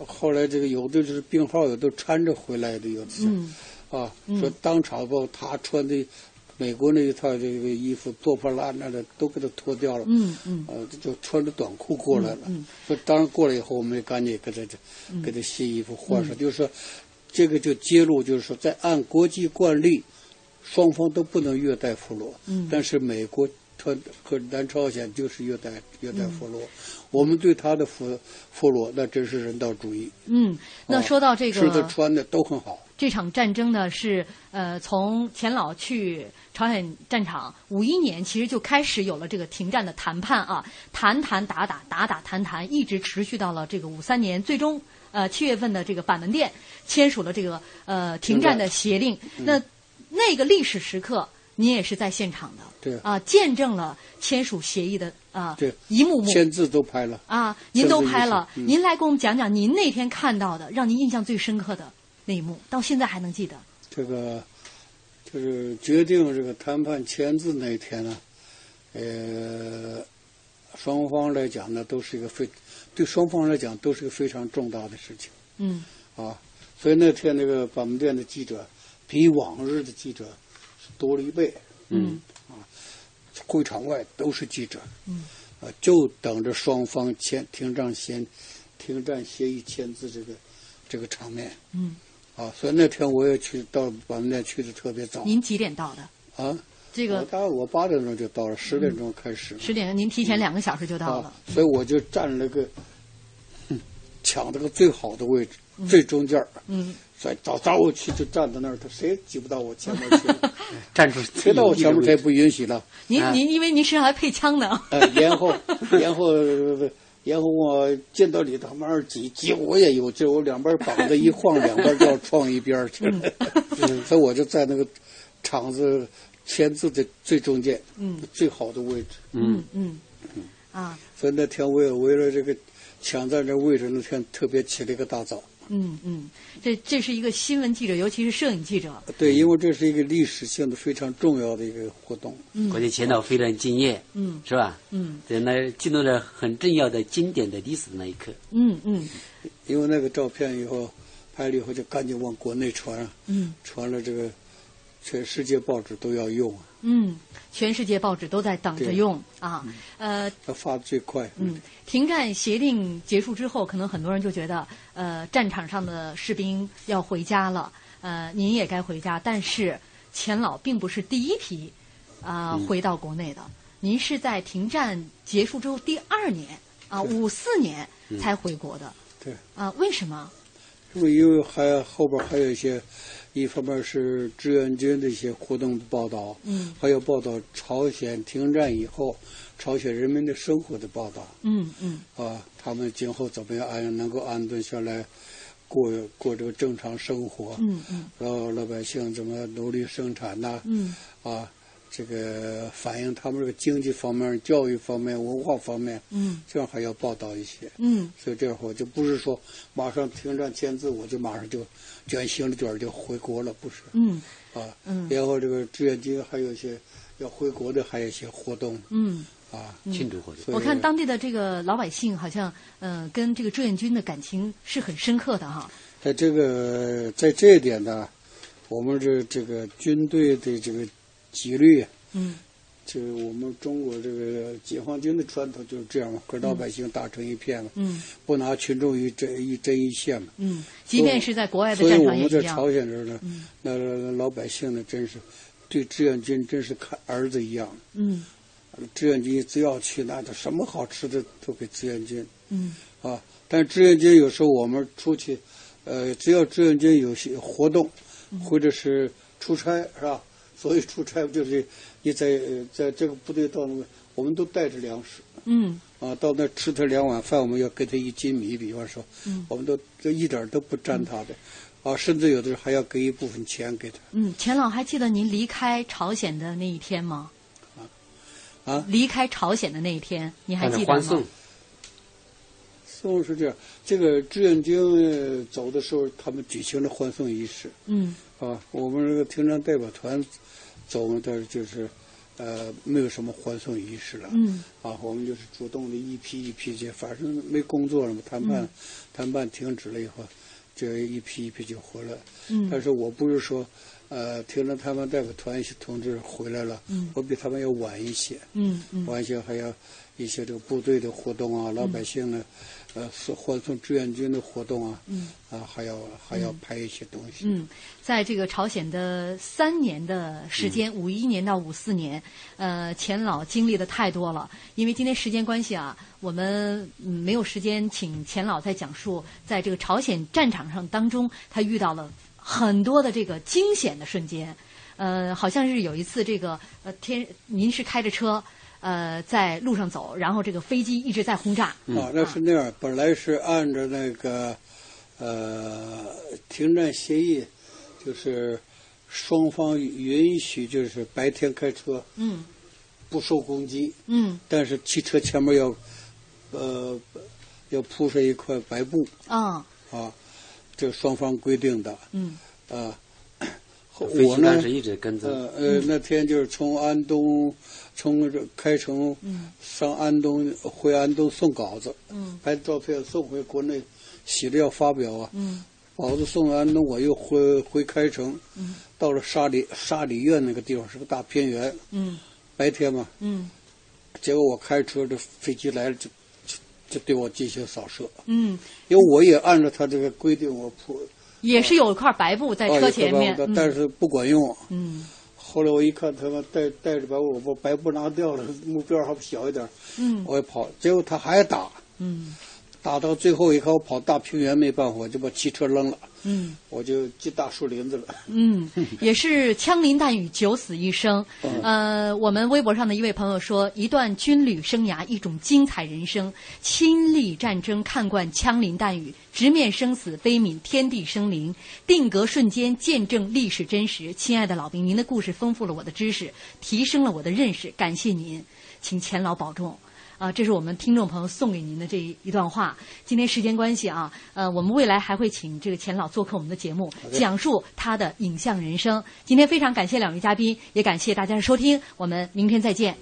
[SPEAKER 9] 后来这个有的就是病号，有的搀着回来的，有的是、
[SPEAKER 8] 嗯
[SPEAKER 9] 啊，
[SPEAKER 8] 嗯
[SPEAKER 9] 说当场把他穿的美国那一套这个衣服破破烂烂的都给他脱掉了，
[SPEAKER 8] 嗯嗯
[SPEAKER 9] 呃，就穿着短裤过来了。
[SPEAKER 8] 嗯
[SPEAKER 9] 说当然过来以后，我们也赶紧给他这
[SPEAKER 8] 嗯
[SPEAKER 9] 给他新衣服换上，
[SPEAKER 8] 嗯
[SPEAKER 9] 就是说这个就揭露，就是说在按国际惯例，双方都不能虐待俘虏，
[SPEAKER 4] 嗯
[SPEAKER 9] 但是美国。和和南朝鲜就是虐待虐待俘虏，
[SPEAKER 8] 嗯
[SPEAKER 9] 我们对他的俘俘虏那真是人道主义。
[SPEAKER 8] 嗯，那
[SPEAKER 9] 啊
[SPEAKER 8] 说到这个，
[SPEAKER 9] 吃的穿的都很好。
[SPEAKER 8] 这场战争呢是呃从钱老去朝鲜战场五一年，其实就开始有了这个停战的谈判啊，谈谈打打打打谈谈，一直持续到了这个五三年，最终呃七月份的这个板门店签署了这个呃停战的协令。
[SPEAKER 9] 嗯
[SPEAKER 8] 那那个历史时刻，您也是在现场的，
[SPEAKER 9] 对
[SPEAKER 8] 啊，见证了签署协议的啊
[SPEAKER 9] 对，
[SPEAKER 8] 一幕幕
[SPEAKER 9] 签字都拍了。
[SPEAKER 8] 啊，您都拍了，
[SPEAKER 9] 嗯
[SPEAKER 8] 您来给我们讲讲您那天看到的，让您印象最深刻的那一幕，到现在还能记得。
[SPEAKER 9] 这个就是决定这个谈判签字那一天呢，呃，双方来讲呢，都是一个非对双方来讲都是一个非常重大的事情
[SPEAKER 8] 嗯
[SPEAKER 9] 啊。所以那天那个板门店的记者比往日的记者多了一倍，
[SPEAKER 4] 嗯
[SPEAKER 9] 会场外都是记者，
[SPEAKER 4] 嗯
[SPEAKER 9] 啊，就等着双方签停战协停战协议签字这个这个场面。
[SPEAKER 8] 嗯，
[SPEAKER 9] 啊，所以那天我也去到板门店去的特别早
[SPEAKER 8] 您几点到的？
[SPEAKER 9] 啊。
[SPEAKER 8] 这个
[SPEAKER 9] 我大概我八点钟就到了，十点钟开始。
[SPEAKER 8] 十点，您提前两个小时就到了
[SPEAKER 9] 啊。，所以我就占了个，嗯抢了个最好的位置，最中间儿。
[SPEAKER 8] 嗯，
[SPEAKER 9] 所以早早我去就站在那儿，他谁挤不到我前面去了，
[SPEAKER 2] 站出
[SPEAKER 9] 谁到我前面谁不允许了。
[SPEAKER 8] 您
[SPEAKER 9] 啊
[SPEAKER 8] 您因为您身上还配枪呢。
[SPEAKER 9] 呃，然后，然后呃然后我见到李大妈挤挤我也有劲，我两边膀子一晃，两边就要撞一边去了。嗯，所以我就在那个场子前字的最中间，
[SPEAKER 8] 嗯，
[SPEAKER 9] 最好的位置。
[SPEAKER 8] 嗯嗯嗯啊，
[SPEAKER 9] 所以那天我也为了这个抢占这位置，那天特别起了一个大早。
[SPEAKER 8] 嗯嗯，这这是一个新闻记者，尤其是摄影记者。
[SPEAKER 9] 对，因为这是一个历史性的非常重要的一个活动。
[SPEAKER 8] 嗯，
[SPEAKER 2] 国际前导非常敬业。
[SPEAKER 8] 嗯，
[SPEAKER 2] 是吧？
[SPEAKER 8] 嗯，
[SPEAKER 2] 对，那进入了很重要的、经典的历史那一刻。
[SPEAKER 8] 嗯嗯，
[SPEAKER 9] 因为那个照片以后拍了以后，就赶紧往国内传。
[SPEAKER 8] 嗯，
[SPEAKER 9] 传了这个，全世界报纸都要用。
[SPEAKER 8] 嗯，全世界报纸都在等着用啊，呃，
[SPEAKER 9] 它嗯发最快。
[SPEAKER 8] 嗯，停战协定结束之后，可能很多人就觉得，呃，战场上的士兵要回家了，呃，您也该回家。但是钱老并不是第一批啊、呃
[SPEAKER 9] 嗯
[SPEAKER 8] 回到国内的，您是在停战结束之后第二年啊，
[SPEAKER 9] 对
[SPEAKER 8] 五四年
[SPEAKER 9] 嗯
[SPEAKER 8] 才回国的。
[SPEAKER 9] 对，
[SPEAKER 8] 啊，为什么？
[SPEAKER 9] 那么因为还后边还有一些，一方面是志愿军的一些活动的报道，
[SPEAKER 8] 嗯
[SPEAKER 9] 还有报道朝鲜停战以后朝鲜人民的生活的报道。
[SPEAKER 8] 嗯嗯
[SPEAKER 9] 啊，他们今后怎么样安能够安顿下来，过过这个正常生活？
[SPEAKER 8] 嗯嗯
[SPEAKER 9] 然后老百姓怎么努力生产呐、
[SPEAKER 8] 嗯
[SPEAKER 9] 啊，这个反映他们这个经济方面、教育方面、文化方面，
[SPEAKER 8] 嗯
[SPEAKER 9] 这样还要报道一些。
[SPEAKER 8] 嗯
[SPEAKER 9] 所以这会儿就不是说马上停战签字，我就马上就卷行李卷儿就回国了，不是
[SPEAKER 8] 嗯
[SPEAKER 9] 啊。
[SPEAKER 8] 嗯
[SPEAKER 9] 然后这个志愿军还有一些要回国的，还有一些活动
[SPEAKER 8] 嗯，
[SPEAKER 9] 啊，
[SPEAKER 2] 庆祝活动。
[SPEAKER 9] 所以
[SPEAKER 8] 我看当地的这个老百姓好像，呃，跟这个志愿军的感情是很深刻的哈。
[SPEAKER 9] 在这个在这一点呢，我们这这个军队的这个纪律，
[SPEAKER 8] 嗯
[SPEAKER 9] 就是我们中国这个解放军的传统就是这样嘛，和老百姓打成一片嘛，
[SPEAKER 8] 嗯
[SPEAKER 9] 不拿群众一针一针一线嘛。
[SPEAKER 8] 嗯，即便是在国外的
[SPEAKER 9] 所以
[SPEAKER 8] 战
[SPEAKER 9] 我
[SPEAKER 8] 场也
[SPEAKER 9] 们在
[SPEAKER 8] 一样。
[SPEAKER 9] 朝鲜这儿呢，
[SPEAKER 8] 嗯
[SPEAKER 9] 那那老百姓呢，真是对志愿军真是看儿子一样。
[SPEAKER 8] 嗯
[SPEAKER 9] 志愿军只要去，那就什么好吃的都给志愿军。
[SPEAKER 8] 嗯
[SPEAKER 9] 啊，但是志愿军有时候我们出去，呃，只要志愿军有些活动，
[SPEAKER 8] 嗯
[SPEAKER 9] 或者是出差，是吧？所以出差不就是你在呃在这个部队到那个，我们都带着粮食
[SPEAKER 8] 嗯
[SPEAKER 9] 啊，到那吃他两碗饭，我们要给他一斤米，比方说，
[SPEAKER 8] 嗯
[SPEAKER 9] 我们都这一点儿都不沾他的，啊，甚至有的时候还要给一部分钱给他
[SPEAKER 8] 嗯，钱老还记得您离开朝鲜的那一天吗？
[SPEAKER 9] 啊。
[SPEAKER 8] 离开朝鲜的那一天，你
[SPEAKER 9] 嗯
[SPEAKER 8] 还记得
[SPEAKER 2] 欢
[SPEAKER 8] 吗
[SPEAKER 2] 送？，
[SPEAKER 9] 所以是这样，这个志愿军呃走的时候，他们举行了欢送仪式。
[SPEAKER 8] 嗯
[SPEAKER 9] 啊，我们这个平常代表团走嘛，但是就是呃没有什么欢送仪式了。
[SPEAKER 8] 嗯
[SPEAKER 9] 啊，我们就是主动的一批一批去，反正没工作了嘛，谈判、
[SPEAKER 8] 嗯
[SPEAKER 9] 谈判停止了以后，就一批一批就回来。
[SPEAKER 8] 嗯
[SPEAKER 9] 但是我不是说，呃，停止谈判代表团一些同志回来了，
[SPEAKER 8] 嗯
[SPEAKER 9] 我比他们要晚一些。
[SPEAKER 8] 嗯嗯
[SPEAKER 9] 晚一些还要一些这个部队的活动啊，老百姓呢，呃，是欢送志愿军的活动啊，
[SPEAKER 8] 嗯
[SPEAKER 9] 啊，还要还要拍一些东西。
[SPEAKER 8] 嗯，在这个朝鲜的三年的时间，
[SPEAKER 9] 嗯
[SPEAKER 8] 五一、年到五四年，呃，钱老经历的太多了。因为今天时间关系啊，我们嗯没有时间请钱老再讲述在这个朝鲜战场上当中，他遇到了很多的这个惊险的瞬间。呃，好像是有一次这个呃天，您是开着车。呃，在路上走，然后这个飞机一直在轰炸。
[SPEAKER 9] 啊，那是那样，本来是按照那个呃停战协议，就是双方允许就是白天开车
[SPEAKER 8] 嗯
[SPEAKER 9] 不受攻击，
[SPEAKER 8] 嗯
[SPEAKER 9] 但是汽车前面要呃要铺上一块白布
[SPEAKER 8] 啊
[SPEAKER 9] 啊，这双方规定的
[SPEAKER 8] 嗯
[SPEAKER 9] 啊。后
[SPEAKER 2] 飞
[SPEAKER 9] 我
[SPEAKER 2] 机
[SPEAKER 9] 呢
[SPEAKER 2] 当时，一直跟
[SPEAKER 9] 呃
[SPEAKER 2] 着，
[SPEAKER 9] 呃，那天就是从安东，从这开城
[SPEAKER 8] 嗯
[SPEAKER 9] 上安东回安东送稿子，
[SPEAKER 8] 嗯
[SPEAKER 9] 拍照片送回国内，洗了要发表啊。
[SPEAKER 8] 嗯
[SPEAKER 9] 稿子送完，那我又回回开城，
[SPEAKER 8] 嗯
[SPEAKER 9] 到了沙里沙里院那个地方是个大偏园，
[SPEAKER 8] 嗯
[SPEAKER 9] 白天嘛，
[SPEAKER 8] 嗯
[SPEAKER 9] 结果我开车，这飞机来了就就就对我进行扫射，
[SPEAKER 8] 嗯，
[SPEAKER 9] 因为我也按照他这个规定，我铺
[SPEAKER 8] 也是有一块白布在
[SPEAKER 9] 啊
[SPEAKER 8] 车
[SPEAKER 9] 也
[SPEAKER 8] 前
[SPEAKER 9] 可把我
[SPEAKER 8] 面。
[SPEAKER 9] 的
[SPEAKER 8] 嗯
[SPEAKER 9] 但是不管用。
[SPEAKER 8] 嗯
[SPEAKER 9] 后来我一看，他们带带着白布，我把白布拿掉了，目标还不小一点，
[SPEAKER 8] 嗯
[SPEAKER 9] 我也跑，结果他还打，
[SPEAKER 8] 嗯
[SPEAKER 9] 打到最后一刻，我跑大平原没办法，我就把汽车扔了，
[SPEAKER 8] 嗯，
[SPEAKER 9] 我就进大树林子了。
[SPEAKER 8] 嗯，也是枪林弹雨，九死一生。呃，我们微博上的一位朋友说，一段军旅生涯，一种精彩人生，亲历战争，看惯枪林弹雨，直面生死，悲悯天地生灵，定格瞬间，见证历史真实。亲爱的老兵，您的故事丰富了我的知识，提升了我的认识，感谢您，请钱老保重。啊，这是我们听众朋友送给您的这一段话。今天时间关系啊，呃，我们未来还会请这个钱老做客我们的节目，讲述他的影像人生。今天非常感谢两位嘉宾，也感谢大家的收听，我们明天再见。